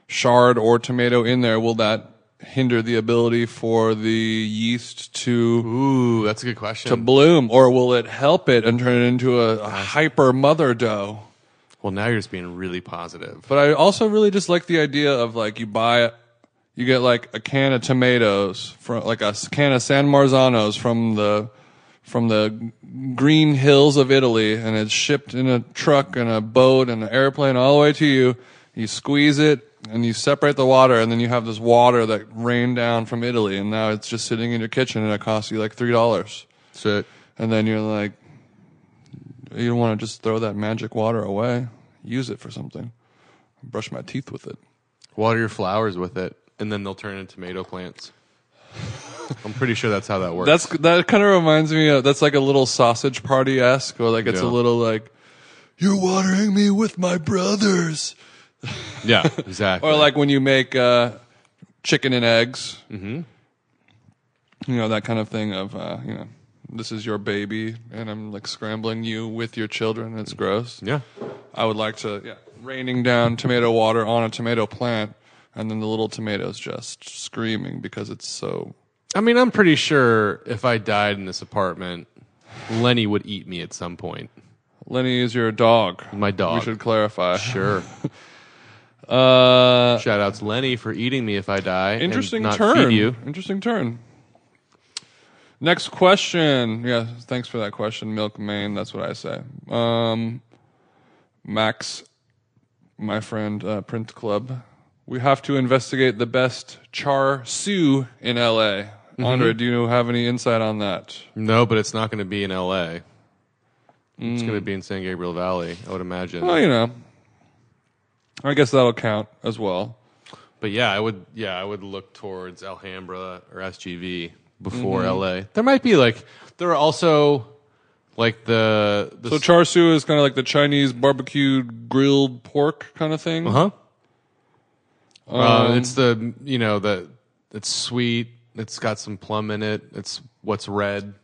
S3: shard or tomato in there will that hinder the ability for the yeast to
S4: Ooh, that's a good question.
S3: to bloom or will it help it and turn it into a, a hyper mother dough
S4: well, now you're just being really positive.
S3: But I also really just like the idea of like you buy, you get like a can of tomatoes from like a s- can of San Marzanos from the from the green hills of Italy, and it's shipped in a truck and a boat and an airplane all the way to you. You squeeze it and you separate the water, and then you have this water that rained down from Italy, and now it's just sitting in your kitchen, and it costs you like three dollars.
S4: So,
S3: And then you're like, you don't want to just throw that magic water away. Use it for something. Brush my teeth with it.
S4: water your flowers with it, and then they'll turn into tomato plants. I'm pretty sure that's how that works.
S3: That's that kind of reminds me of that's like a little sausage party esque, or like it's a
S4: Yeah.
S3: little like you're watering me with my brothers,
S4: yeah, exactly.
S3: or like when you make uh, chicken and eggs. Mm-hmm. You know that kind of thing of uh, you know this is your baby, and I'm like scrambling you with your children. It's gross.
S4: yeah,
S3: I would like to, yeah, raining down tomato water on a tomato plant, and then the little tomatoes just screaming because it's so.
S4: I mean, I'm pretty sure if I died in this apartment, Lenny would eat me at some point.
S3: Lenny is your dog.
S4: My dog.
S3: We should clarify.
S4: Sure.
S3: Uh,
S4: Shout outs Lenny for eating me if I die.
S3: interesting
S4: and not
S3: turn.
S4: Feed you.
S3: Interesting turn. Next question. Yeah, thanks for that question, Milk Main. That's what I say. Um, Max, my friend, uh, Print Club. We have to investigate the best char siu in LA. Andre, do you have any insight on that?
S4: No, but it's not going to be in L.A. It's
S3: Mm.
S4: going to be in San Gabriel Valley, I would imagine.
S3: Well, you know, I guess that'll count as well.
S4: But yeah, I would. Yeah, I would look towards Alhambra or SGV before
S3: Mm-hmm.
S4: L.A. There might be like there are also like the, the
S3: So char siu is kind of like the Chinese barbecued grilled pork kind of thing.
S4: Huh? Uh,
S3: Um,
S4: it's the you know the it's sweet. It's got some plum in it. It's what's red.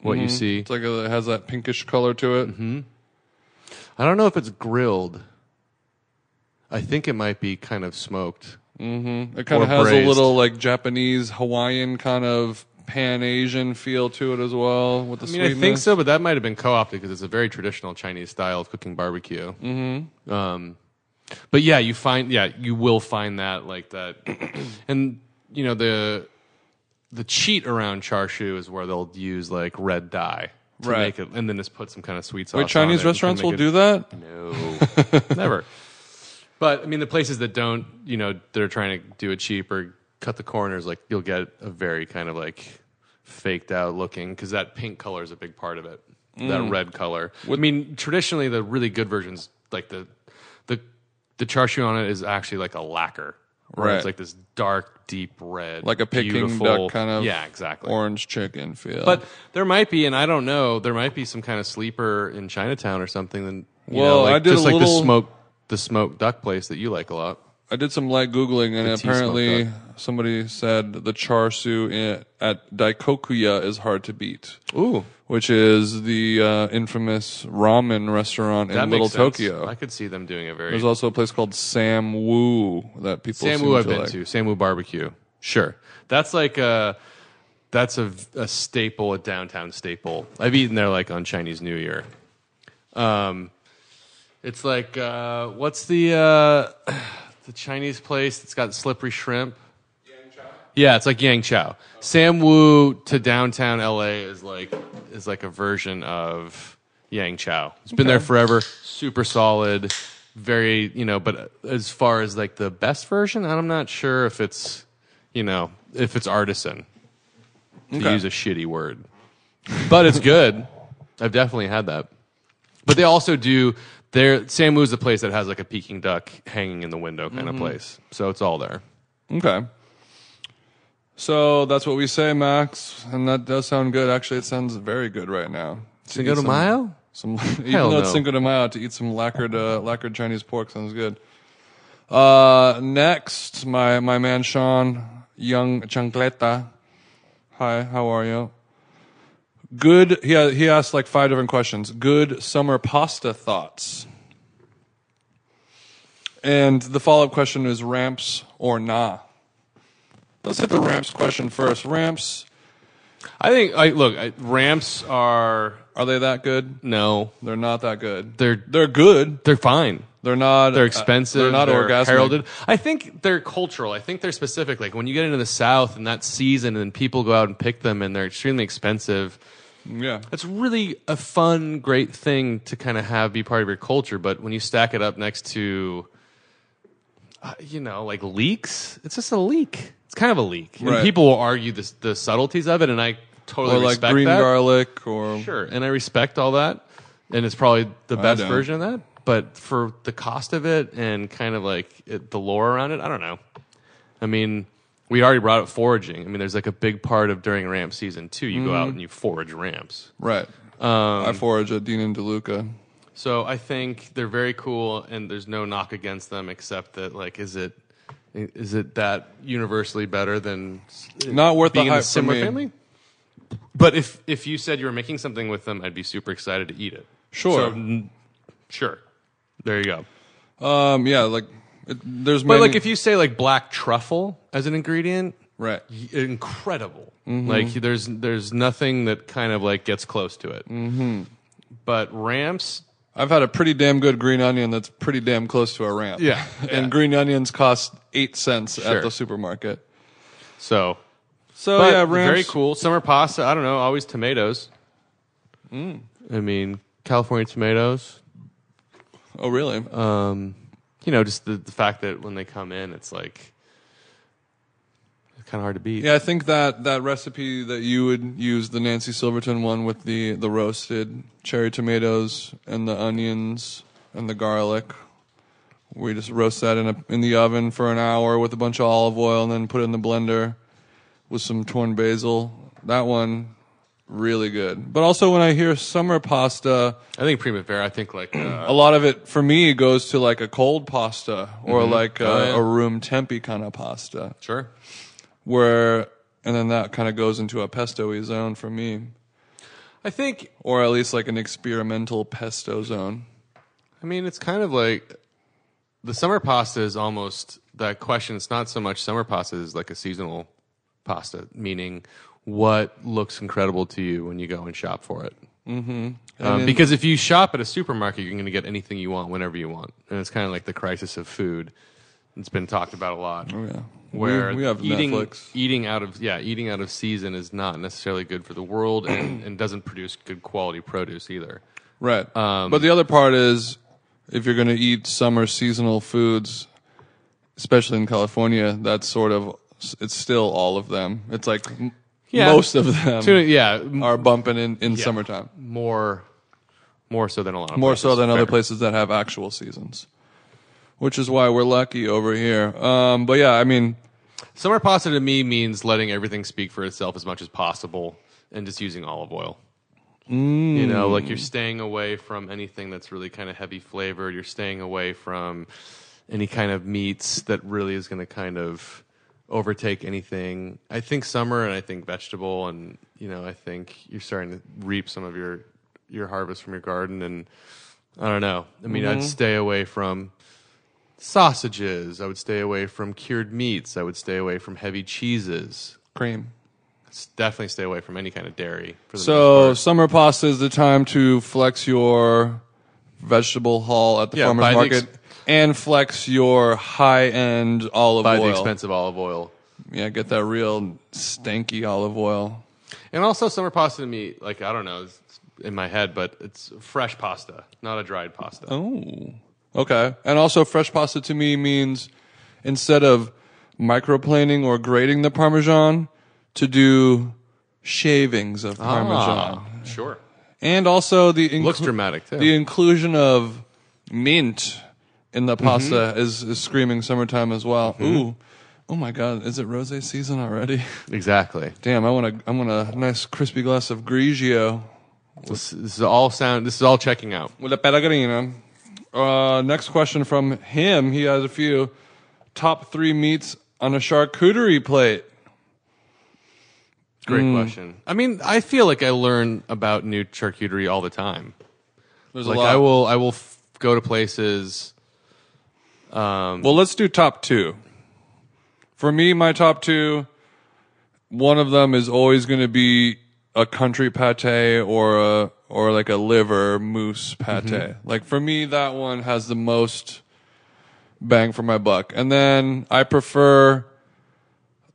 S4: What you see.
S3: Mm-hmm. It's like a, it has that pinkish color to it.
S4: I don't know if it's grilled. I think it might be kind of smoked.
S3: It kind
S4: Or
S3: of has a
S4: braised.
S3: little like Japanese Hawaiian kind of Pan Asian feel to it as well with the
S4: I mean,
S3: sweetness.
S4: I think so, but that might have been co-opted because it's a very traditional Chinese style of cooking barbecue. Mm-hmm. Um, but yeah, you find yeah you will find that like that, and you know the the cheat around char siu is where they'll use like red dye to
S3: Right.
S4: make it, and then just put some kind of sweet sauce.
S3: Wait, Chinese restaurants will do that?
S4: that? No, never. But I mean, the places that don't, you know, they're trying to do it cheap or cut the corners. Like you'll get a very kind of like faked out looking because that pink color is a big part of it.
S3: Mm.
S4: That red color. I mean, traditionally the really good versions, like the the the char siu on it is actually like a lacquer. where
S3: Right.
S4: It's like this dark, deep red,
S3: Like a Peking
S4: beautiful-
S3: duck kind of
S4: Yeah, exactly.
S3: orange chicken feel.
S4: But there might be, and I don't know. There might be some kind of sleeper in Chinatown or something. Then you
S3: Well,
S4: know, like,
S3: I did
S4: just
S3: a
S4: like
S3: little-
S4: the smoke, the smoke duck place that you like a lot.
S3: I did some light googling and
S4: The tea
S3: apparently
S4: smoked
S3: somebody said the char siu in, at Daikokuya is hard to beat.
S4: Ooh,
S3: Which is the uh, infamous ramen restaurant in Little Tokyo.
S4: I could see them doing a very
S3: There's also a place called Sam Woo that people seem
S4: Samu. I've
S3: to
S4: been
S3: like.
S4: to Samu Barbecue. Sure, that's like a that's a, a staple, a downtown staple. I've eaten there like on Chinese New Year. Um, it's like uh, what's the uh, the Chinese place that's got slippery shrimp? Yeah, it's like Yang Chow. Sam Wu to downtown LA is like is like a version of Yang Chow. It's been there forever, super solid, very you know. But as far as like the best version, I'm not sure if it's you know, if it's artisan, to
S3: Okay.
S4: use a shitty word. But it's good. I've definitely had that. But they also do. There, Samu is the place that has like a Peking duck hanging in the window kind
S3: Mm-hmm.
S4: of place. So it's all there.
S3: Okay. So that's what we say, Max, and that does sound good. Actually, it sounds very good right now. To
S4: Cinco
S3: eat
S4: de
S3: some-
S4: Mayo.
S3: Some, even
S4: Hell
S3: though it's
S4: no.
S3: Cinco de Mayo, to eat some lacquered, uh, lacquered Chinese pork sounds good. Uh, next, my my man Sean, young chancleta. Hi, how are you? Good. He he asked like five different questions. Good summer pasta thoughts. And the follow up question is ramps or nah. Let's hit the ramps question first. Ramps,
S4: I think. I look. I, ramps are
S3: are they that good?
S4: no.
S3: They're not that good.
S4: They're
S3: They're good.
S4: they're fine.
S3: They're not. uh,
S4: They're expensive.
S3: they're not orgasmic.
S4: heralded. I think they're cultural. I think they're specific. Like when you get into the South and that season, and people go out and pick them, and they're extremely expensive.
S3: Yeah.
S4: That's really a fun, great thing to kind of have be part of your culture. But when you stack it up next to, uh, you know, like leaks, it's just a leak. It's kind of a leak, and
S3: Right.
S4: people will argue the, the subtleties of it, and I totally
S3: Or like
S4: respect
S3: green
S4: that.
S3: garlic or
S4: Sure, and I respect all that, and it's probably the best
S3: don't.
S4: version of that. But for the cost of it and kind of like it, the lore around it, I don't know. I mean, we already brought up foraging. I mean, there's like a big part of during ramp season too. You
S3: Mm-hmm.
S4: go out and you forage ramps.
S3: right.
S4: Um,
S3: I forage at Dean and DeLuca.
S4: So I think they're very cool, and there's no knock against them except that like, is it is it that universally better than
S3: Not worth
S4: being
S3: the
S4: in a
S3: hype
S4: similar
S3: for me.
S4: family? But if if you said you were making something with them, I'd be super excited to eat it.
S3: Sure.
S4: So, n- sure. There you go.
S3: Um, yeah, like it, there's
S4: But like, if you say like black truffle as an ingredient,
S3: right,
S4: y- incredible. Like there's there's nothing that kind of like gets close to it. Mm-hmm. But ramps,
S3: I've had a pretty damn good green onion that's pretty damn close to a ramp.
S4: Yeah,
S3: and
S4: yeah.
S3: green onions cost eight cents
S4: Sure.
S3: at the supermarket.
S4: so
S3: So
S4: But
S3: yeah, ramps.
S4: very cool. Summer pasta. I don't know. Always tomatoes. I mean, California tomatoes.
S3: Oh really?
S4: Um, you know, just the, the fact that when they come in, it's like it's kind of hard to beat.
S3: yeah, I think that that recipe that you would use the Nancy Silverton one with the the roasted cherry tomatoes and the onions and the garlic. We just roast that in a in the oven for an hour with a bunch of olive oil and then put it in the blender with some torn basil. That one really good. But also when I hear summer pasta,
S4: I think primavera. I think like uh,
S3: a lot of it for me goes to like a cold pasta or like a,
S4: Oh, yeah.
S3: a room tempe kind of pasta
S4: sure.
S3: where and then that kind of goes into a pesto zone for me
S4: I think.
S3: or at least like an experimental pesto zone
S4: I mean, it's kind of like the summer pasta is almost that question. It's not so much summer pasta is like a seasonal pasta, meaning what looks incredible to you when you go and shop for it. Um,
S3: Mm-hmm. then-
S4: because if you shop at a supermarket, you're going to get anything you want whenever you want, and it's kind of like the crisis of food. It's been talked about a lot.
S3: yeah
S4: Where
S3: we, we have
S4: eating
S3: netflix
S4: eating out of yeah eating out of season is not necessarily good for the world and, and doesn't produce good quality produce either.
S3: right
S4: um,
S3: but the other part is if you're going to eat summer seasonal foods especially in california that's sort of it's still all of them it's like m-
S4: Yeah.
S3: most of them
S4: Tuna- yeah, m-
S3: are bumping in in summertime
S4: more more so than a lot of
S3: more so
S4: places.
S3: than other
S4: Fair.
S3: places that have actual seasons, which is why we're lucky over here. Um, but yeah, I mean,
S4: Summer pasta to me means letting everything speak for itself as much as possible and just using olive oil. You
S3: Mm.
S4: know, like you're staying away from anything that's really kind of heavy flavored. You're staying away from any kind of meats that really is going to kind of overtake anything. I think summer and I think vegetable and you know, I think you're starting to reap some of your your harvest from your garden and I don't know. I mean,
S3: Mm-hmm.
S4: I'd stay away from sausages. I would stay away from cured meats. I would stay away from heavy cheeses.
S3: cream.
S4: S- Definitely stay away from any kind of dairy. For the
S3: So
S4: most
S3: summer pasta is the time to flex your vegetable haul at the
S4: Yeah,
S3: farmers
S4: by the
S3: market
S4: ex-
S3: and flex your high end olive
S4: part, by
S3: oil.
S4: the expense of olive oil.
S3: Yeah, get that real stanky olive oil.
S4: And also summer pasta to me, like I don't know, it's it's in my head, but it's fresh pasta, not a dried pasta.
S3: Oh, okay. And also, fresh pasta to me means instead of microplaning or grating the Parmesan to do shavings of Parmesan.
S4: Sure.
S3: And also the inclu-
S4: Ah. Looks dramatic, too.
S3: The inclusion of mint in
S4: Mm-hmm.
S3: the pasta is, is screaming summertime as well. Ooh, oh my God! Is it rosé season already?
S4: Exactly.
S3: Damn, I want a I want a nice crispy glass of Grigio
S4: This, this is all sound. This is all checking out.
S3: with a pellegrino. Uh, next question from him. He has a few top three meats on a charcuterie plate.
S4: Great
S3: Mm.
S4: question. I mean, I feel like I learn about new charcuterie all the time.
S3: There's
S4: Like
S3: a lot.
S4: I will, I will f- go to places.
S3: Well, let's do top two. For me, my top two, one of them is always going to be a country pate or a or like a liver moose pate.
S4: Mm-hmm.
S3: Like for me, that one has the most bang for my buck. And then I prefer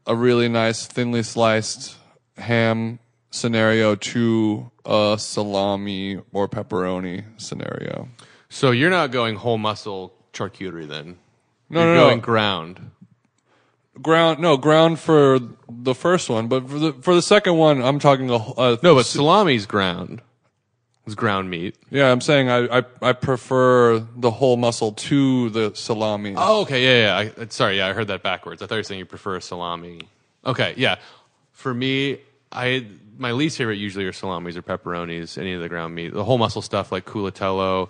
S3: a really nice thinly sliced ham scenario to a salami or pepperoni scenario.
S4: So you're not going whole muscle charcuterie then.
S3: No,
S4: You're
S3: no, no.
S4: going ground.
S3: ground no ground for the first one but for the for the second one i'm talking a, a
S4: No, but salami's ground. It's ground meat.
S3: yeah i'm saying I, I i prefer the whole muscle to the salami
S4: Oh, okay. Yeah, yeah. I, sorry. Yeah, I heard that backwards. I thought you were saying you prefer a salami. Okay. Yeah. For me, I my least favorite usually are salamis or pepperonis, any of the ground meat. The whole muscle stuff like culatello,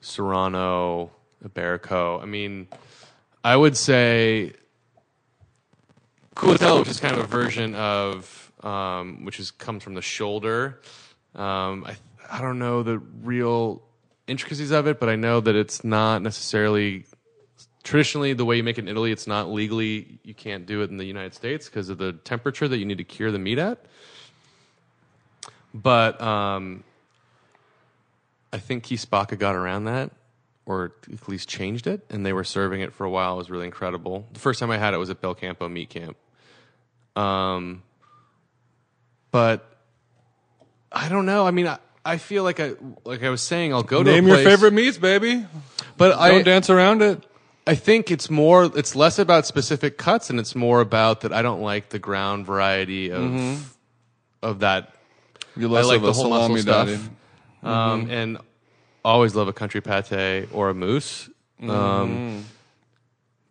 S4: serrano, iberico. I mean, I would say culatello, which is kind of a version of um, which is comes from the shoulder. Um, I I don't know the real intricacies of it, but I know that it's not necessarily traditionally the way you make it in Italy, it's not legally you can't do it in the United States because of the temperature that you need to cure the meat at. But um, I think Kispaka got around that, or at least changed it, and they were serving it for a while. It was really incredible. The first time I had it was at Belcampo Meat Camp. Um, but I don't know. I mean, I, I feel like I like I was saying, I'll go
S3: name
S4: to a
S3: your
S4: place,
S3: favorite meats baby
S4: But
S3: don't
S4: I
S3: dance around it
S4: I think it's more it's less about specific cuts and it's more about that I don't like the ground variety of of that.
S3: you Mm-hmm. less
S4: I like
S3: of a
S4: the whole muscle
S3: salami Mm-hmm.
S4: stuff.
S3: daddy
S4: Um, and always love a country pate or a moose.
S3: Mm-hmm.
S4: Um,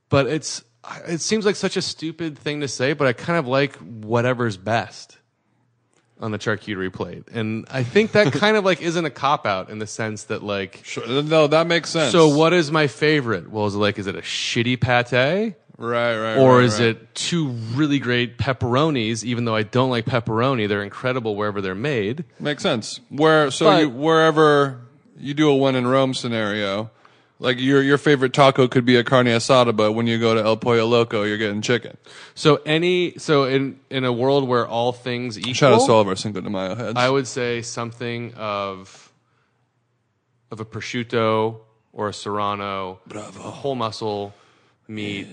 S4: but it's I- it seems like such a stupid thing to say, but I kind of like whatever's best on the charcuterie plate. And I think that kind of like isn't a cop out in the sense that like
S3: sure. no that makes sense
S4: so what is my favorite? Well, is it like is it a shitty pate?
S3: right right
S4: or
S3: right,
S4: is
S3: right.
S4: it two really great pepperonis even though i don't like pepperoni they're incredible wherever they're made
S3: makes sense where so
S4: But-
S3: you, wherever you do a when in rome scenario like your your favorite taco could be a carne asada but when you go to el pollo loco you're getting chicken
S4: so any so in in a world where all things equal
S3: shout out to all of our cinco de mayo heads
S4: i would say something of of a prosciutto or a serrano a whole muscle meat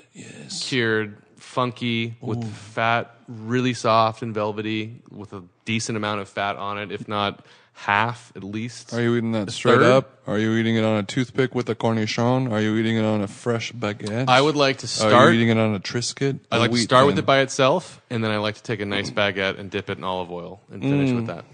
S4: cured funky with fat really soft and velvety with a decent amount of fat on it if not half at least
S3: Are you eating that straight
S4: third?
S3: up? Are you eating it on a toothpick with a cornichon? Are you eating it on a fresh baguette?
S4: i would like to
S3: Are
S4: start
S3: you Oh, eating it on a Triscuit?
S4: I
S3: A
S4: like to
S3: wheat
S4: start with
S3: thin?
S4: it by itself, and then I like to take a nice baguette and dip it in olive oil and finish with that.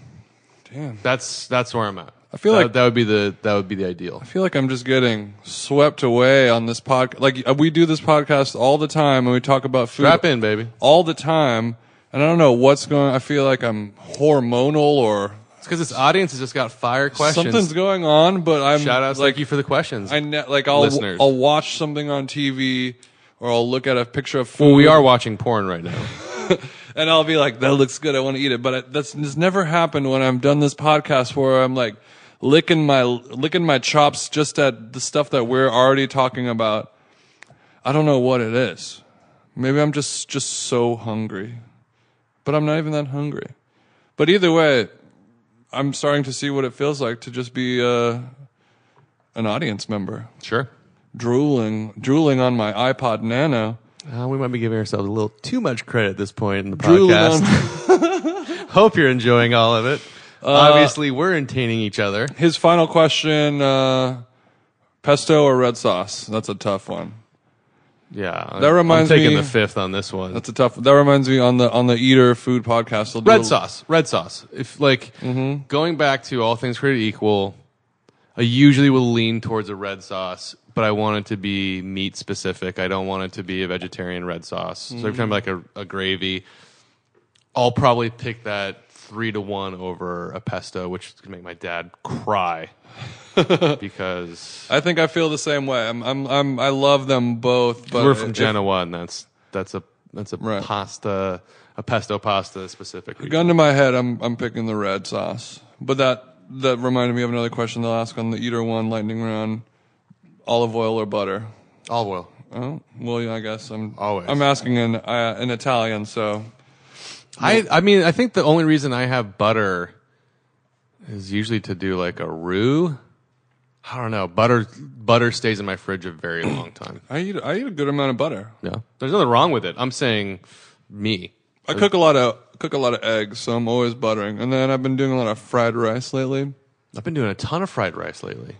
S3: Damn.
S4: That's that's where I'm at. Mm. I
S3: feel
S4: that,
S3: like-
S4: that would be the that would be the ideal.
S3: I feel like I'm just getting swept away on this podcast. Like uh, we do this podcast all the time, and we talk about food
S4: Wrap in, baby.
S3: all the time. And I don't know what's going. I feel like I'm hormonal or
S4: It's because this audience has just got fire questions.
S3: something's going on, but I'm
S4: Shout outs,
S3: like
S4: thank you for the questions.
S3: I ne- like I'll
S4: listeners.
S3: I'll watch something on TV or I'll look at a picture of food.
S4: well, we are watching porn right now.
S3: and I'll be like, that looks good. I want to eat it. But it, that's it's never happened when I've done this podcast where I'm like licking my licking my chops just at the stuff that we're already talking about. I don't know what it is. Maybe I'm just just so hungry, but I'm not even that hungry. But either way, I'm starting to see what it feels like to just be uh, an audience member,
S4: Sure.
S3: drooling drooling on my iPod Nano.
S4: Uh, we might be giving ourselves a little too much credit at this point in the
S3: Drooling
S4: podcast.
S3: on-
S4: Hope you're enjoying all of it. Obviously, we're entertaining each other.
S3: His final question: uh, pesto or red sauce? That's a tough one.
S4: Yeah,
S3: That reminds
S4: I'm taking
S3: me-
S4: the fifth on this one.
S3: That's a tough. That reminds me on the on the Eater Food Podcast. they'll do
S4: red
S3: a-
S4: sauce, red sauce. If like
S3: Mm-hmm.
S4: going back to all things created equal, I usually will lean towards a red sauce, but I want it to be meat specific. I don't want it to be a vegetarian red sauce. So every
S3: Mm.
S4: time like a, a gravy, I'll probably pick that three to one over a pesto, which could make my dad cry because
S3: I think I feel the same way. I'm, I'm, I'm I love them both. But
S4: we're from
S3: if-
S4: Genoa, and that's that's a that's a
S3: Right.
S4: pasta, a pesto pasta specific.
S3: Gun to my head, I'm I'm picking the red sauce. But that that reminded me of another question they'll ask on the Eater One Lightning Round: olive oil or butter?
S4: Olive oil.
S3: Oh, well, yeah, I guess I'm
S4: Always.
S3: I'm asking an uh, an Italian, so
S4: I I mean I think the only reason I have butter is usually to do like a roux. I don't know. Butter butter stays in my fridge a very long time.
S3: I eat I eat a good amount of butter.
S4: No. There's nothing wrong with it. I'm saying me.
S3: I cook a lot of cook a lot of eggs, so I'm always buttering. And then I've been doing a lot of fried rice lately.
S4: I've been doing a ton of fried rice lately.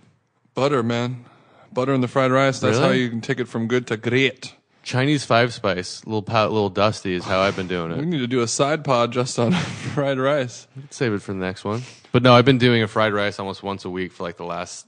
S3: Butter, man, butter in the fried rice. That's
S4: Really?
S3: how you can take it from good to great.
S4: Chinese five spice, little pot, little dusty is how I've been doing
S3: We
S4: it.
S3: need to do a side pod just on fried rice.
S4: Save it for the next one. But no, I've been doing a fried rice almost once a week for like the last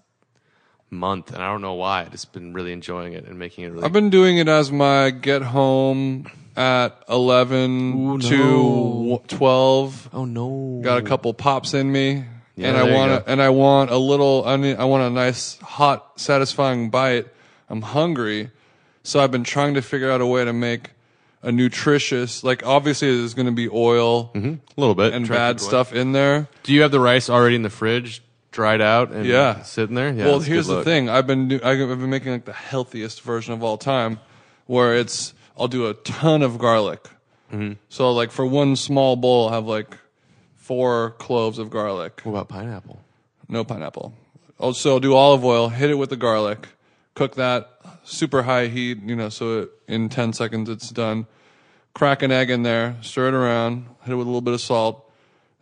S4: month, and I don't know why. I've just been really enjoying it and making it really.
S3: I've been doing it as my get home at 11 to w- 12.
S4: oh no!
S3: Got a couple pops in me.
S4: Yeah,
S3: and I
S4: there you
S3: want
S4: go.
S3: and I want a little I, need, I want a nice hot satisfying bite. I'm hungry. So I've been trying to figure out a way to make a nutritious like obviously there's going to be oil
S4: a little bit
S3: and
S4: Try
S3: bad
S4: Mm-hmm. to-
S3: stuff in there.
S4: Do you have the rice already in the fridge, dried out, and
S3: Yeah.
S4: sitting there? Yeah,
S3: well,
S4: that's a
S3: here's
S4: good
S3: the
S4: look.
S3: thing. I've been do, I've been making like the healthiest version of all time, where it's I'll do a ton of garlic.
S4: Mm-hmm.
S3: So like for one small bowl, I'll have like four cloves of garlic,
S4: What about pineapple?
S3: no pineapple. Also, I'll do olive oil, hit it with the garlic, cook that super high heat, you know, so it, in ten seconds it's done. Crack an egg in there, stir it around, hit it with a little bit of salt.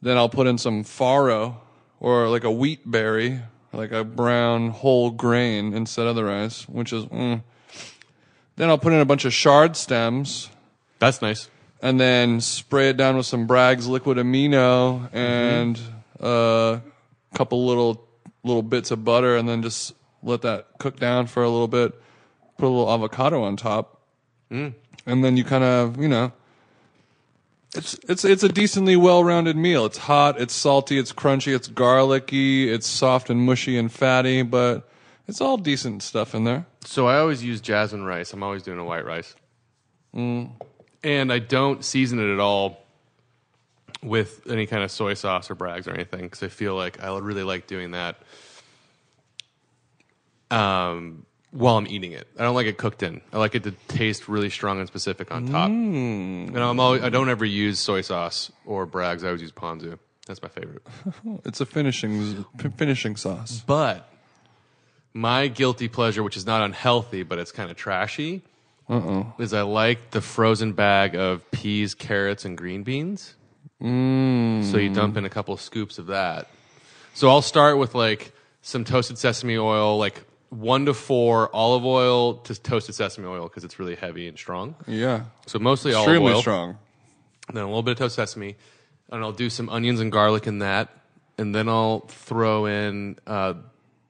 S3: Then I'll put in some farro or like a wheat berry, like a brown whole grain instead of the rice, which is. Mm. Then I'll put in a bunch of shard stems
S4: That's nice.
S3: and then spray it down with some Bragg's liquid amino and uh, a couple little little bits of butter, and then just let that cook down for a little bit. Put a little avocado on top,
S4: Mm.
S3: and then you kind of you know. It's it's it's a decently well-rounded meal. It's hot, it's salty, it's crunchy, it's garlicky, it's soft and mushy and fatty, but it's all decent stuff in there.
S4: So I always use jasmine rice. I'm always doing a white rice, and I don't season it at all with any kind of soy sauce or brags or anything because I feel like I would really like doing that. Um. While I'm eating it, I don't like it cooked in. I like it to taste really strong and specific on top. And I'm always, I don't ever use soy sauce or Bragg's. I always use ponzu. That's my favorite.
S3: It's a finishing p- finishing sauce.
S4: But my guilty pleasure, which is not unhealthy, but it's kind of trashy, is I like the frozen bag of peas, carrots, and green beans.
S3: Mm.
S4: So you dump in a couple scoops of that. So I'll start with like some toasted sesame oil, like one to four olive oil to toasted sesame oil because it's really heavy and strong.
S3: Yeah.
S4: So mostly Mm. olive
S3: Extremely
S4: oil
S3: strong.
S4: then a little bit of toast sesame, and I'll do some onions and garlic in that, and then I'll throw in uh,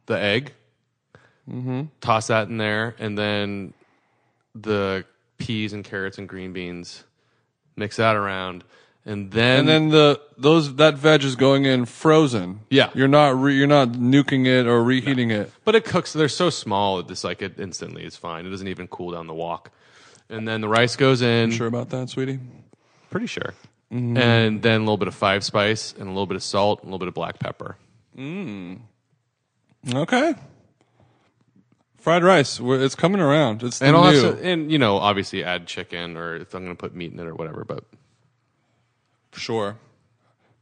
S4: the egg,
S3: Mm-hmm.
S4: toss that in there, and then the peas and carrots and green beans, mix that around, and then
S3: And then the those that veg is going in frozen.
S4: Yeah.
S3: you're not re, you're not nuking it or reheating it.
S4: but it cooks. They're so small, it's like it instantly is fine. It doesn't even cool down the wok, and then the rice goes in.
S3: Sure Mm-hmm. about that, sweetie?
S4: Pretty sure. And then a little bit of five spice and a little bit of salt and a little bit of black pepper.
S3: Okay. Fried rice, we're- it's coming around. It's the
S4: and
S3: new.
S4: also and you know obviously add chicken or if i'm going to put meat in it or whatever but
S3: sure.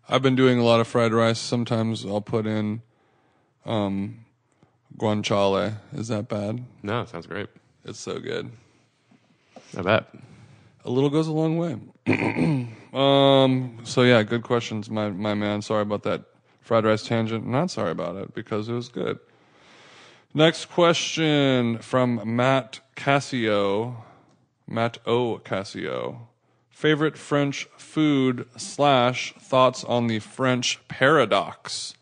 S3: I've been doing a lot of fried rice. Sometimes I'll put in um, guanciale. Is that bad?
S4: no it sounds great
S3: It's so good.
S4: i bet
S3: A little goes a long way. um. So yeah, good questions, my my man. Sorry about that fried rice tangent. Not sorry about it because it was good. Next question from Matt Cassio. Matt O. Cassio. Favorite French food slash thoughts on the French paradox.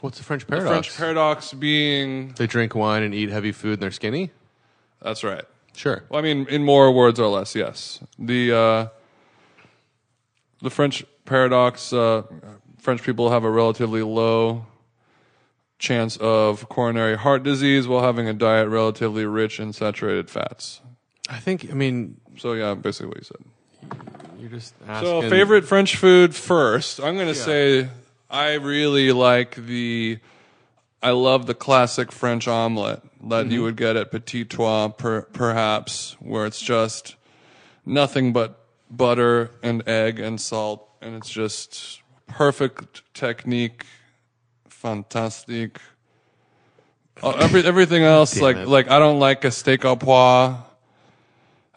S4: What's the French
S3: The
S4: paradox?
S3: French paradox being
S4: they drink wine and eat heavy food and they're skinny?
S3: that's right.
S4: Sure.
S3: Well, I mean, in more words or less, yes. The uh, the French paradox: uh, French people have a relatively low chance of coronary heart disease while having a diet relatively rich in saturated fats.
S4: I think, I mean,
S3: So yeah, basically what you said.
S4: you're just asking.
S3: So, favorite French food first. I'm going to say I really like the, I love the classic French omelet that you would get at Petit Trois, per, perhaps, where it's just nothing but butter and egg and salt, and it's just perfect technique, fantastic. Oh, every, everything else, like
S4: it.
S3: like I don't like a steak au pois.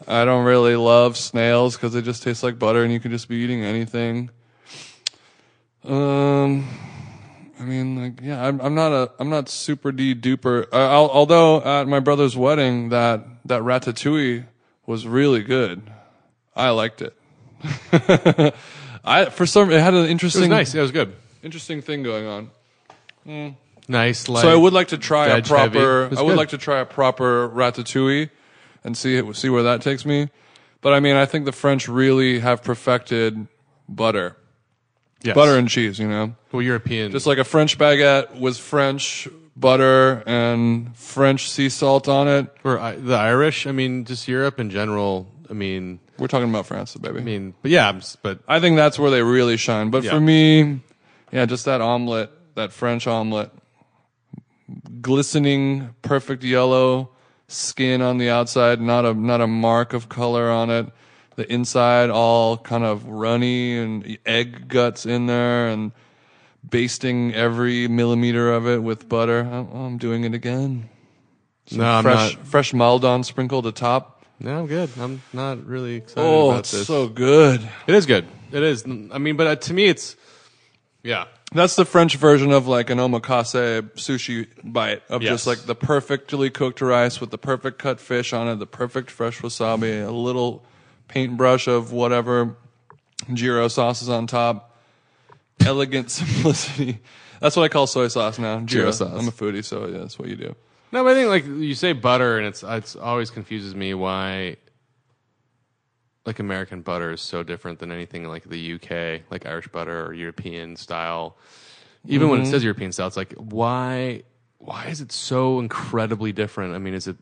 S3: I don't really love snails because they just taste like butter, and you can just be eating anything. Um, I mean, like, yeah, I'm, I'm not a, I'm not super d duper. Uh, al- although at my brother's wedding, that that ratatouille was really good. I liked it. I for some it had an
S4: It was
S3: interesting
S4: nice. Yeah, it was good.
S3: interesting thing going on.
S4: Nice. Like,
S3: So I would like to try a
S4: veg heavy.
S3: proper.
S4: It's
S3: I would
S4: good.
S3: like to try a proper ratatouille, and see see where that takes me. But I mean, I think the French really have perfected butter,
S4: yes.
S3: butter and cheese. You know,
S4: well, European.
S3: just like a French baguette with French butter and French sea salt on it.
S4: or I, the Irish. I mean, just Europe in general. I mean,
S3: We're talking about France, baby.
S4: I mean, but yeah, I'm s- but
S3: I think that's where they really shine. But
S4: Yeah.
S3: for me, yeah, just that omelet, that French omelet, glistening, perfect yellow skin on the outside, not a not a mark of color on it. The inside all kind of runny and egg guts in there, and basting every millimeter of it with butter. I'm, I'm doing it again.
S4: no, I'm
S3: fresh
S4: not.
S3: fresh Maldon sprinkled atop.
S4: No, I'm good. I'm not really excited
S3: Oh,
S4: about
S3: it's
S4: this.
S3: so good.
S4: it is good. It is. I mean, but uh, to me, it's yeah.
S3: That's the French version of like an omakase sushi bite of
S4: Yes.
S3: just like the perfectly cooked rice with the perfect cut fish on it, the perfect fresh wasabi, a little paintbrush of whatever gyro sauce is on top. Elegant simplicity. That's what I call soy sauce now. Gyro
S4: sauce.
S3: I'm a foodie, so yeah, that's what you do.
S4: No, but I think like you say butter, and it's it's always confuses me why like American butter is so different than anything like the UK, like Irish butter or European style. Even when it
S3: Mm-hmm.
S4: says European style, it's like why why is it so incredibly different? I mean, is it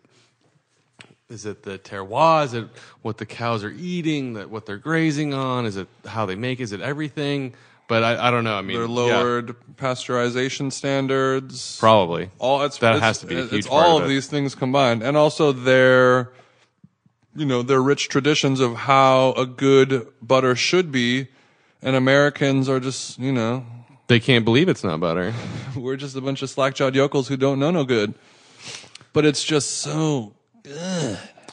S4: is it the terroir? Is it what the cows are eating? That what they're grazing on? Is it how they make? Is it everything? But I, I don't know. I mean,
S3: They're
S4: yeah,
S3: lowered pasteurization standards.
S4: probably.
S3: all it's
S4: That
S3: it's-
S4: has to be a huge
S3: it's
S4: part
S3: all
S4: of it.
S3: these things combined and also their you know their rich traditions of how a good butter should be and americans are just you know
S4: They can't believe it's not butter.
S3: we're just a bunch of slack-jawed yokels who don't know no good but it's just so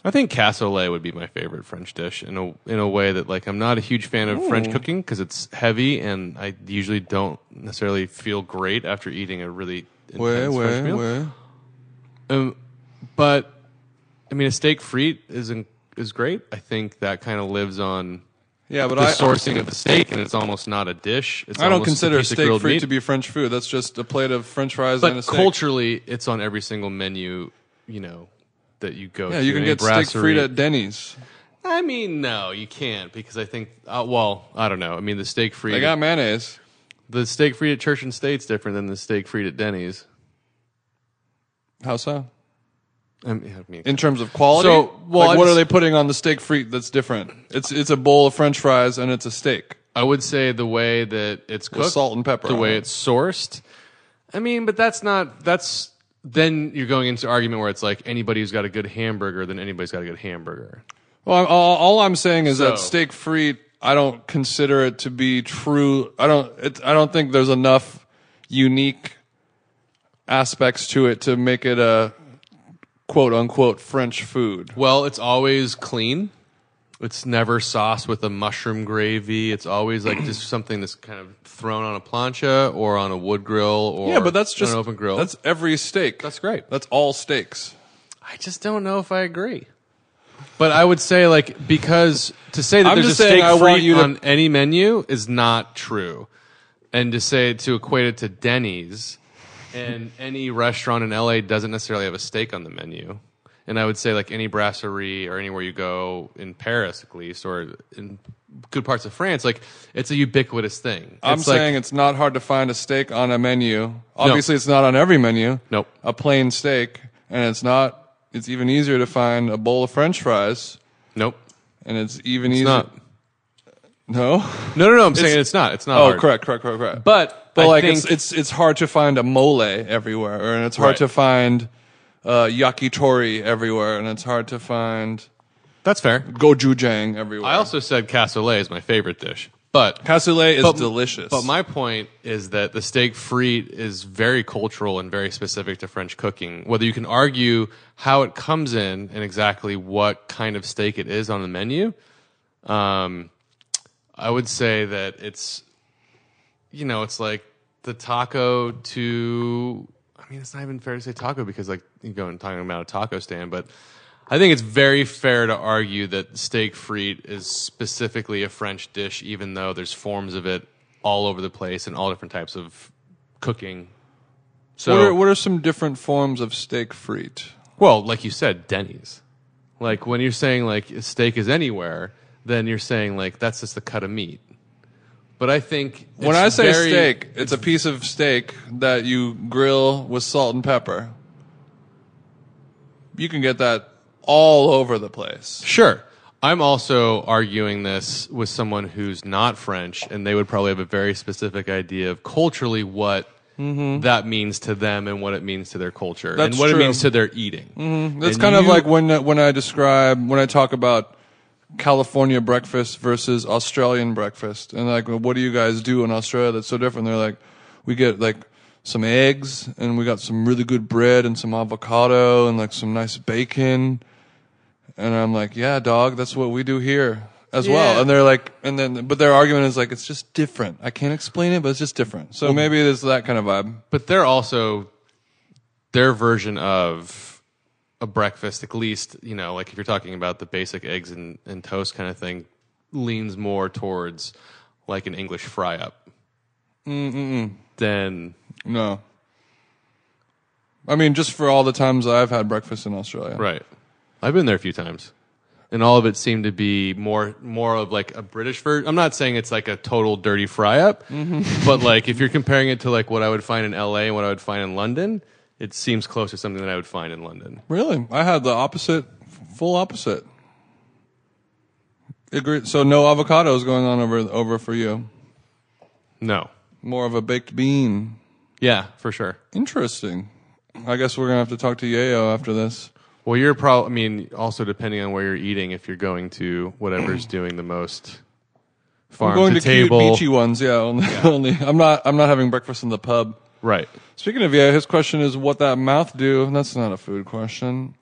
S4: I think cassoulet would be my favorite French dish in a in a way that like I'm not a huge fan of French cooking because it's heavy and I usually don't necessarily feel great after eating a really
S3: way
S4: intense French
S3: way
S4: meal.
S3: way
S4: Um, but I mean, a steak frite is in, is great. I think that kind of lives on
S3: yeah but
S4: the
S3: i
S4: sourcing of the steak, and it's almost not a dish. It's
S3: i don't
S4: almost a
S3: consider
S4: piece of
S3: steak
S4: grilled
S3: free
S4: meat.
S3: to be french food that's just a plate of french fries and a
S4: But
S3: steak
S4: culturally, it's on every single menu. You know that you go.
S3: yeah
S4: to
S3: you can
S4: Any
S3: get steak free
S4: brasserie-
S3: at denny's
S4: I mean, no, you can't because I think. Uh, well, I don't know. I mean, the steak free.
S3: they got mayonnaise
S4: the steak free at Church and State's different than the steak free at Denny's.
S3: how so
S4: I mean, I mean-
S3: In terms of quality,
S4: So, well,
S3: like,
S4: I
S3: what
S4: just-
S3: are they putting on the steak frite that's different? It's it's a bowl of French fries and it's a steak.
S4: I would say the way that it's cooked,
S3: salt and pepper
S4: the
S3: on
S4: way
S3: it.
S4: it's sourced. I mean, but that's not. That's then you're going into argument where it's like anybody who's got a good hamburger, then anybody's got a good hamburger.
S3: Well, I'm, all, all I'm saying is that
S4: So-
S3: steak frite, I don't consider it to be true. I don't. It, I don't think there's enough unique aspects to it to make it a quote unquote French food.
S4: Well, it's always clean. It's never sauced with a mushroom gravy. It's always like just something that's kind of thrown on a plancha or on a wood grill or
S3: Yeah, but that's
S4: on
S3: just
S4: an open grill.
S3: That's every steak.
S4: That's great.
S3: That's all steaks.
S4: I just don't know if I agree. But I would say like because to say that
S3: I'm
S4: there's
S3: just
S4: a
S3: saying
S4: steak
S3: I want
S4: free
S3: you to-
S4: on any menu is not true, and to say to equate it to Denny's and any restaurant in LA doesn't necessarily have a steak on the menu. And I would say like any brasserie or anywhere you go in Paris at least or in good parts of France, like it's a ubiquitous thing.
S3: I'm
S4: it's
S3: saying
S4: like,
S3: it's not hard to find a steak on a menu. Obviously, it's not on every menu.
S4: Nope.
S3: A plain steak, and it's not. It's even easier to find a bowl of French fries,
S4: nope,
S3: and it's even
S4: it's
S3: easier.
S4: not.
S3: No.
S4: No, no, no. I'm saying it's not. It's not.
S3: Oh,
S4: hard.
S3: correct, correct, correct, correct.
S4: But
S3: but
S4: I
S3: like
S4: think-
S3: it's it's it's hard to find a mole everywhere, or, and it's hard
S4: Right.
S3: to find uh, yakitori everywhere, and it's hard to find
S4: that's fair.
S3: gochujang everywhere.
S4: I also said cassoulet is my favorite dish, but
S3: cassoulet is
S4: but-
S3: delicious.
S4: But my point is that the steak frite is very cultural and very specific to French cooking. Whether you can argue how it comes in and exactly what kind of steak it is on the menu, um, I would say that it's, you know, it's like the taco to. I mean, it's not even fair to say taco because, like, you go and talking about a taco stand, but I think it's very fair to argue that steak frite is specifically a French dish, even though there's forms of it all over the place and all different types of cooking. So,
S3: what are, what are some different forms of steak frite?
S4: well, like you said, Denny's. Like when you're saying like steak is anywhere, then you're saying like that's just the cut of meat. But I think
S3: When
S4: it's
S3: I say
S4: very-
S3: steak, it's a piece of steak that you grill with salt and pepper. You can get that all over the place.
S4: sure. I'm also arguing this with someone who's not French, and they would probably have a very specific idea of culturally what that means to them and what it means to their culture
S3: Mm-hmm. That's
S4: and what
S3: true. Mm-hmm.
S4: it means to their eating.
S3: That's
S4: And
S3: kind of
S4: you-
S3: like when when I describe when I talk about California breakfast versus Australian breakfast, and like, well, what do you guys do in Australia that's so different? They're like, we get like some eggs, and we got some really good bread, and some avocado, and like some nice bacon. And I'm like, yeah, dog, that's what we do here as well.
S4: Yeah.
S3: And they're like, and then, but their argument is like, it's just different. I can't explain it, but it's just different. So maybe it is that kind of vibe.
S4: But they're also their version of a breakfast, at least, you know, like if you're talking about the basic eggs and, and toast kind of thing, leans more towards like an English fry up. Then
S3: No. I mean, just for all the times I've had breakfast in Australia.
S4: right. I've been there a few times. And all of it seemed to be more more of like a British version. I'm not saying it's like a total dirty fry up,
S3: Mm-hmm.
S4: but like if you're comparing it to like what I would find in LA and what I would find in London, it seems closer to something that I would find in London.
S3: Really? I had the opposite, full opposite. Agree. So no avocados going on over over for you.
S4: No.
S3: More of a baked bean.
S4: Yeah, for sure.
S3: Interesting. I guess we're gonna have to talk to Yayo after this.
S4: Well, you're probably. I mean, also depending on where you're eating, if you're going to whatever's doing the most farm
S3: I'm going to,
S4: to, table,
S3: cute beachy ones. Yeah, only, only. I'm not. I'm not having breakfast in the pub.
S4: right?
S3: Speaking of yeah, his question is what that mouth do. That's not a food question.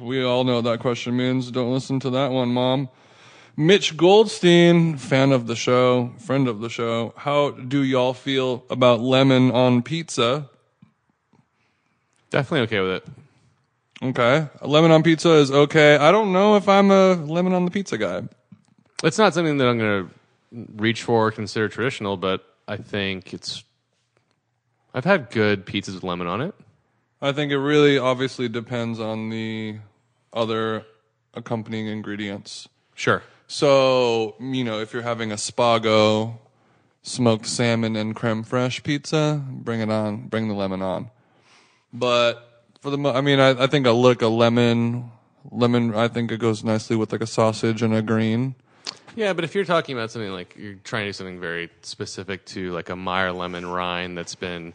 S3: We all know what that question means. Don't listen to that one, mom. Mitch Goldstein, fan of the show, friend of the show. How do y'all feel about lemon on pizza?
S4: Definitely okay with it.
S3: Okay, lemon on pizza is okay. I don't know if I'm a lemon on the pizza guy.
S4: It's not something that I'm going to reach for or consider traditional, but I think it's. I've had good pizzas with lemon on it.
S3: I think it really obviously depends on the other accompanying ingredients.
S4: Sure.
S3: So, you know, if you're having a spago, smoked salmon and creme fraiche pizza, bring it on, bring the lemon on. But for the mo- I mean, I, I think a lick of lemon, lemon, I think it goes nicely with like a sausage and a green.
S4: Yeah, but if you're talking about something like you're trying to do something very specific to like a Meyer lemon rind that's been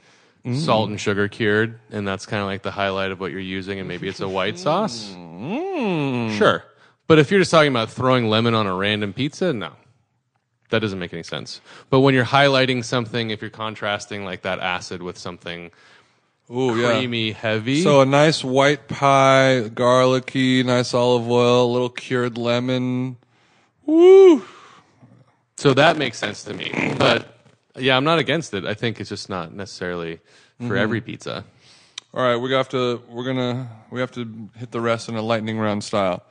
S4: salt
S3: Mm.
S4: and sugar cured, and that's kind of like the highlight of what you're using, and maybe it's a white sauce.
S3: Mm.
S4: Sure. But if you're just talking about throwing lemon on a random pizza, no. That doesn't make any sense. But when you're highlighting something, if you're contrasting like that acid with something
S3: Ooh, Oh, yeah.
S4: creamy, heavy,
S3: So a nice white pie, garlicky, nice olive oil, a little cured lemon. Woo!
S4: So that makes sense to me. But yeah, I'm not against it. I think it's just not necessarily for
S3: Mm-hmm.
S4: every pizza.
S3: All right, we have to. We're gonna. We have to hit the rest in a lightning round style.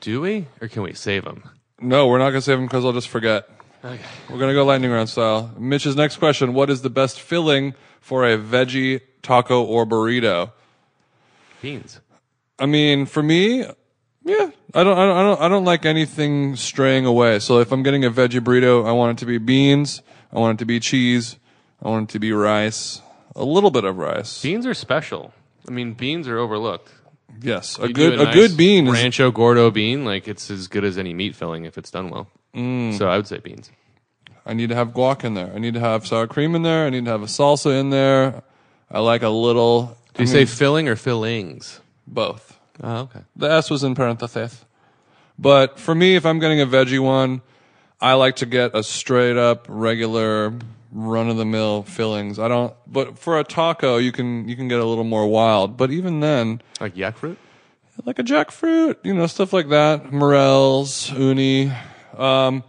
S4: Do we? Or can we save them?
S3: No, we're not going to save them because I'll just forget. We're going to go lightning round style. Mitch's next question What is the best filling for a veggie taco or burrito?
S4: Beans.
S3: I mean, for me, yeah, I don't, I don't, I don't, I don't like anything straying away. So if I'm getting a veggie burrito, I want it to be beans, I want it to be cheese, I want it to be rice, a little bit of rice.
S4: Beans are special. I mean, beans are overlooked.
S3: Yes, a
S4: You
S3: good,
S4: do
S3: a
S4: nice
S3: good bean. Is,
S4: Rancho Gordo bean, like it's as good as any meat filling if it's done well. So I would say beans.
S3: Mm. I need to have guac in there. I need to have sour cream in there. I need to have a salsa in there. I like a little.
S4: Do you say filling or fillings?
S3: both?
S4: Oh, okay.
S3: The S was in parentheses. But for me, if I'm getting a veggie one, I like to get a straight up regular run of the mill fillings. I don't but for a taco you can you can get a little more wild. But even then,
S4: Like yak fruit?
S3: like a jackfruit, you know, stuff like that, morels, uni. Um,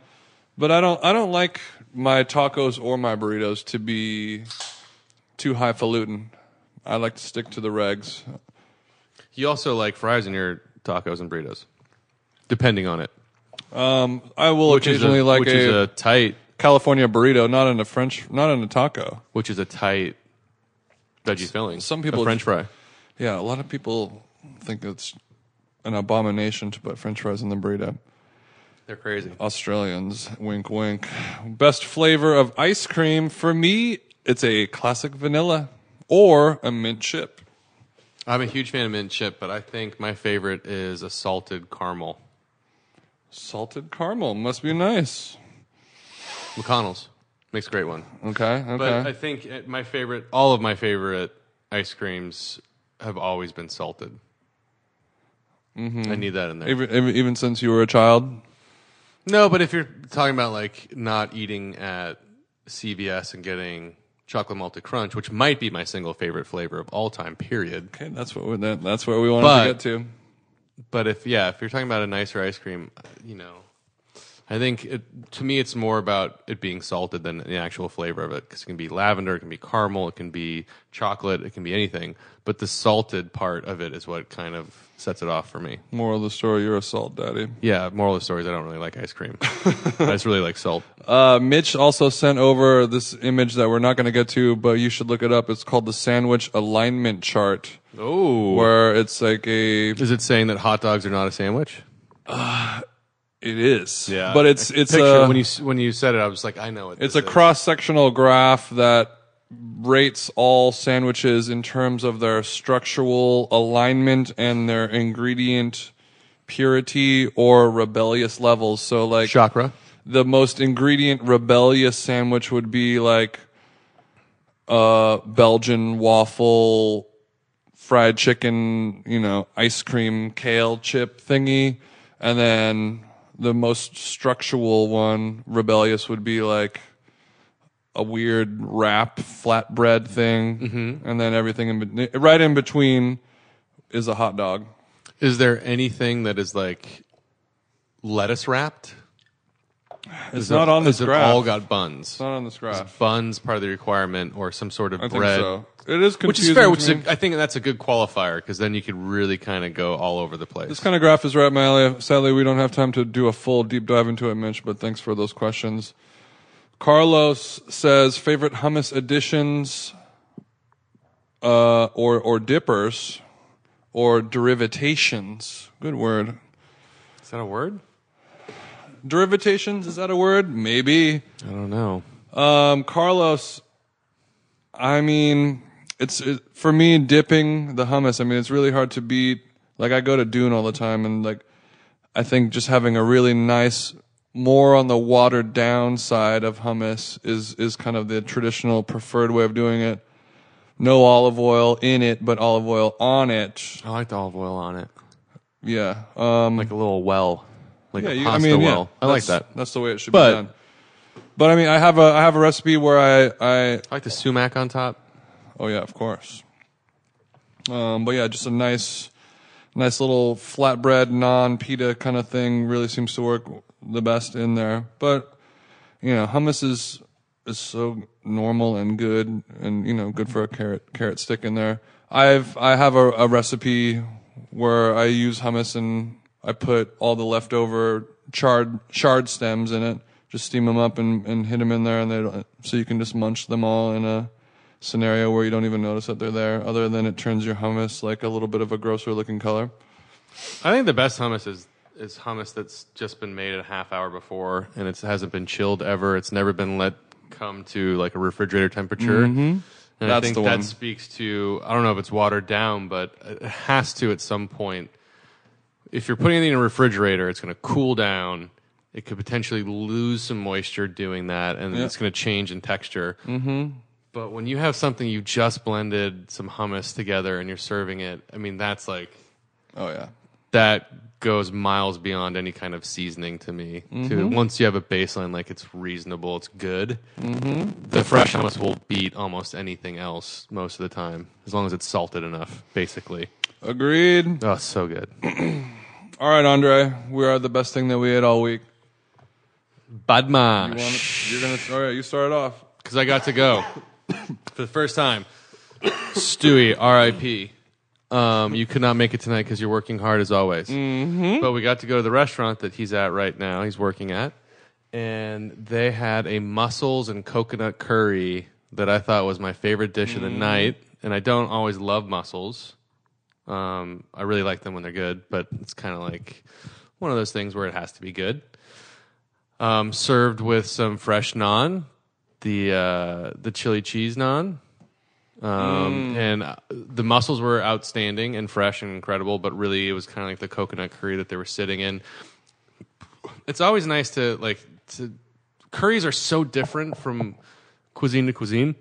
S3: but I don't I don't like my tacos or my burritos to be too highfalutin. I like to stick to the regs.
S4: You also like fries in your tacos and burritos, depending on it.
S3: I will
S4: is a,
S3: occasionally like
S4: which is a tight,
S3: California burrito, not in a French, not in a taco.
S4: which is a tight veggie filling.
S3: some
S4: A
S3: people-
S4: French fry.
S3: Yeah, a lot of people think it's an abomination to put French fries in the burrito.
S4: They're crazy.
S3: Australians, wink, wink. Best flavor of ice cream for me, it's a classic vanilla or a mint chip.
S4: I'm a huge fan of mint chip, but I think my favorite is a salted caramel.
S3: Salted caramel must be nice.
S4: McConnell's makes a great one.
S3: Okay, okay.
S4: But I think it- my favorite, all of my favorite ice creams have always been salted. I need that in there.
S3: even, even- even since you were a child,
S4: No, but if you're talking about like not eating at CVS and getting chocolate malted crunch, which might be my single favorite flavor of all time, period.
S3: okay, that's what we, that, that's where we wanted
S4: But-
S3: to get to.
S4: But if yeah, if you're talking about a nicer ice cream, uh, you know, I think it, to me it's more about it being salted than the actual flavor of it because it can be lavender, it can be caramel, it can be chocolate, it can be anything. But the salted part of it is what kind of sets it off for me.
S3: Moral of the story: You're a salt daddy.
S4: Yeah, moral of the story is I don't really like ice cream. I just really like salt.
S3: Uh, Mitch also sent over this image that we're not going to get to, but you should look it up. It's called the sandwich alignment chart,
S4: Oh,
S3: where it's like a it
S4: Is it saying that hot dogs are not a sandwich?
S3: is, but it's it's a
S4: when you s- when you said it, I was like, I know it.
S3: it's a cross sectional graph that rates all sandwiches in terms of their structural alignment and their ingredient purity or rebellious levels. So like
S4: chakra.
S3: the most ingredient rebellious sandwich would be like uh Belgian waffle fried chicken, you know, ice cream kale chip thingy and then the most structural one rebellious would be like a weird wrap flatbread thing
S4: Mm-hmm.
S3: and then everything in bet- right in between is a hot dog.
S4: Is there anything that is like lettuce wrapped?
S3: It's not on this
S4: Is it
S3: graph.
S4: all got buns?
S3: it's not on this graph.
S4: Buns part of the requirement, or some sort of
S3: I think
S4: bread.
S3: so. It is confusing.
S4: Which is fair.
S3: to
S4: Which is
S3: me.
S4: a, I think that's a good qualifier because then you could really kind of go all over the place.
S3: This kind of graph is right up my alley. Sadly, we don't have time to do a full deep dive into it, Mitch, but thanks for those questions. Carlos says favorite hummus additions uh, or, or dippers or derivatations. Good word.
S4: is that a word?
S3: Derivatations, is that a word? Maybe.
S4: I don't know.
S3: Um, Carlos, I mean, it's it, for me dipping the hummus. I mean, it's really hard to beat. Like I go to Dune all the time, and like I think just having a really nice, more on the watered down side of hummus is is kind of the traditional preferred way of doing it. No olive oil in it, but olive oil on it.
S4: I like the olive oil on it,
S3: Yeah. Um,
S4: like a little well, like
S3: yeah,
S4: a
S3: you, I
S4: pasta
S3: mean, yeah,
S4: well. I like
S3: that's-
S4: that.
S3: That's the way it should
S4: But-
S3: be done. But I mean, I have a I have a recipe where I I
S4: I like the sumac on top.
S3: Oh yeah, of course. Um, but yeah, just a nice, nice little flatbread non pita kind of thing really seems to work the best in there. But you know, hummus is is so normal and good, and you know, good for a carrot carrot stick in there. I've I have a, a recipe where I use hummus and I put all the leftover charred shard stems in it. Just steam them up and, and hit them in there, and they don't, so you can just munch them all in a scenario where you don't even notice that they're there. Other than it turns your hummus like a little bit of a grosser looking color.
S4: I think the best hummus is is hummus that's just been made a half hour before and it hasn't been chilled ever. It's never been let come to like a refrigerator temperature. And I
S3: Mm-hmm. That's
S4: think
S3: the
S4: that
S3: one.
S4: speaks to I don't know if it's watered down, but it has to at some point. If you're putting anything in a refrigerator, it's going to cool down. It could potentially lose some moisture doing that, and it's going to change in texture.
S3: Mm-hmm.
S4: But when you have something you just blended some hummus together and you're serving it, I mean that's like
S3: Oh yeah,
S4: that goes miles beyond any kind of seasoning to me. To once you have a baseline, like it's reasonable, it's good. The fresh hummus will beat almost anything else most of the time, as long as it's salted enough. Basically,
S3: agreed.
S4: oh, so good.
S3: All right, Andre, we are the best thing that we ate all week. You wanna-
S4: Badmash,
S3: You're gonna. All right, you start it off.
S4: because I got to go for the first time. Stewie, R.I.P. Um, you could not make it tonight because you're working hard as always. But we got to go to the restaurant that he's at right now. He's working at, and they had a mussels and coconut curry that I thought was my favorite dish of the night. And I don't always love mussels. Um, I really like them when they're good, but it's kind of like one of those things where it has to be good. Um, served with some fresh naan, the uh, the chili cheese naan, um, and uh, the mussels were outstanding and fresh and incredible. But really, it was kind of like the coconut curry that they were sitting in. It's always nice to like to curries are so different from cuisine to cuisine,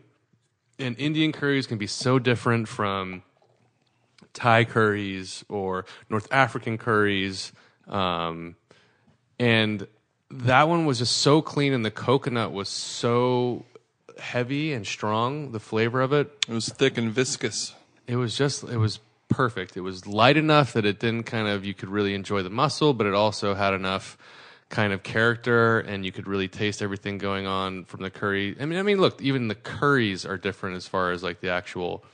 S4: and Indian curries can be so different from Thai curries or North African curries. Um, and that one was just so clean, and the coconut was so heavy and strong. The flavor of it,
S3: It was thick and viscous.
S4: it was just it was perfect it was light enough that it didn't kind of you could really enjoy the muscle but it also had enough kind of character and you could really taste everything going on from the curry i mean i mean look even the curries are different as far as like the actual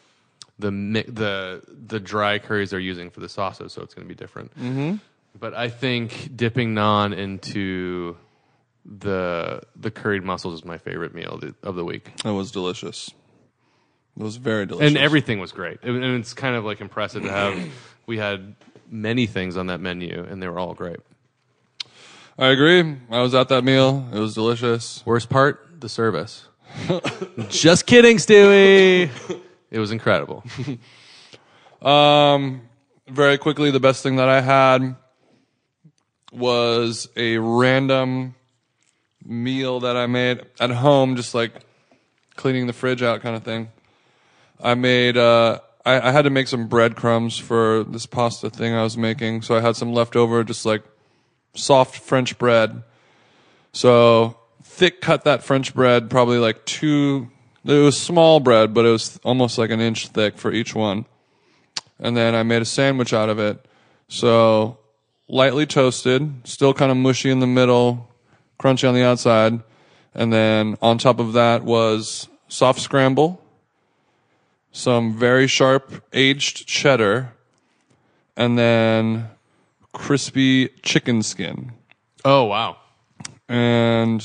S4: the mi- the the dry curries they're using for the sauces so it's going to be different mm-hmm. but i think dipping naan into the the curried mussels is my favorite meal of the, of the week
S3: It was delicious. It was very delicious.
S4: and everything was great. And and it's kind of like impressive to have. We had many things on that menu, and they were all great.
S3: I agree. I was at that meal. It was delicious.
S4: Worst part, the service. Just kidding, Stewie. It was incredible.
S3: Um, very quickly, the best thing that I had was a random meal that I made at home, just like cleaning the fridge out kind of thing. I made, uh, I, I had to make some breadcrumbs for this pasta thing I was making. So I had some leftover, just like soft French bread. So thick cut that French bread, probably like two, it was small bread, but it was almost like an inch thick for each one and then I made a sandwich out of it. So lightly toasted, still kind of mushy in the middle, crunchy on the outside, and then on top of that was soft scramble, some very sharp aged cheddar, and then crispy chicken skin
S4: Oh wow!
S3: and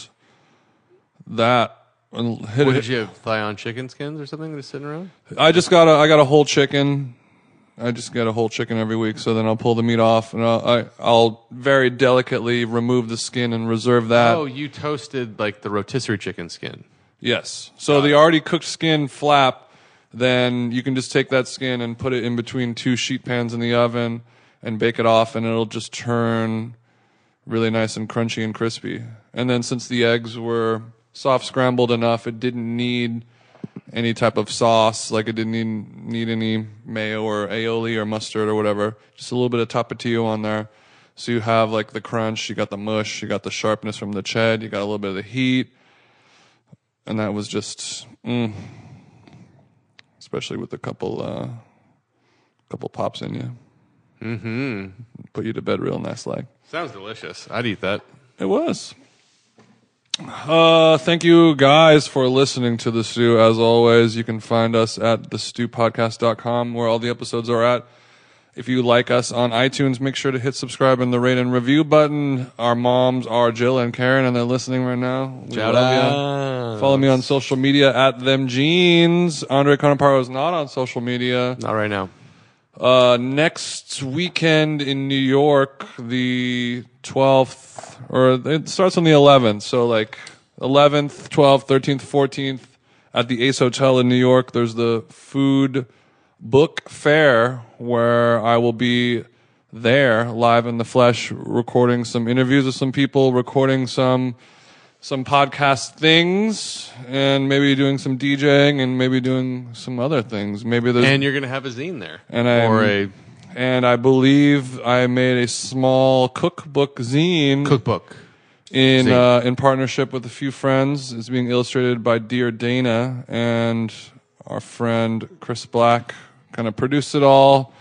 S3: that and hit
S4: What
S3: it.
S4: did you have? Thigh on chicken skins or something just sitting around?
S3: I just got a I got a whole chicken. I just get a whole chicken every week, so then I'll pull the meat off and I'll, I, I'll very delicately remove the skin and reserve that.
S4: Oh, you toasted like the rotisserie chicken skin.
S3: Yes. So the already cooked skin flap, then you can just take that skin and put it in between two sheet pans in the oven and bake it off, and it'll just turn really nice and crunchy and crispy. And then since the eggs were soft scrambled enough, it didn't need any type of sauce, like it didn't need, need any mayo or aioli or mustard or whatever. Just a little bit of tapatio on there. So you have like the crunch, you got the mush, you got the sharpness from the ched, you got a little bit of the heat and that was just mm, especially with a couple uh couple pops in you mm-hmm put you to bed real nice like
S4: Sounds delicious. I'd eat that.
S3: it was uh thank you guys for listening to the stew as always you can find us at thestewpodcast.com where all the episodes are at If you like us on iTunes, make sure to hit subscribe and the rate and review button. Our moms are Jill and Karen, and they're listening right now. We
S4: Shout
S3: ya. Follow me on social media at them jeans. Andre Conaparo is not on social media.
S4: Not right now.
S3: Uh, next weekend in New York, the 12th, or it starts on the 11th. So, like 11th, 12th, 13th, 14th at the Ace Hotel in New York, there's the food book fair where I will be there live in the flesh recording some interviews with some people, recording some some podcast things and maybe doing some DJing and maybe doing some other things. Maybe there's
S4: And you're gonna have a zine there,
S3: And I'm-
S4: or a
S3: and I believe I made a small cookbook zine
S4: cookbook.
S3: in
S4: zine.
S3: Uh, in partnership with a few friends. It's being illustrated by Dear Dana and our friend Chris Black kind of produced it all,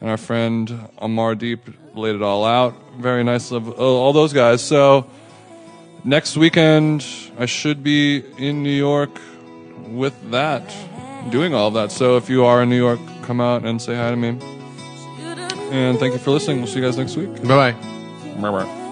S3: and our friend Amar Deep laid it all out. Very nice of oh, all those guys. So next weekend I should be in New York with that, doing all that. So if you are in New York, come out and say hi to me. And thank you for listening. We'll see you guys next week.
S4: Bye bye.
S3: Bye bye.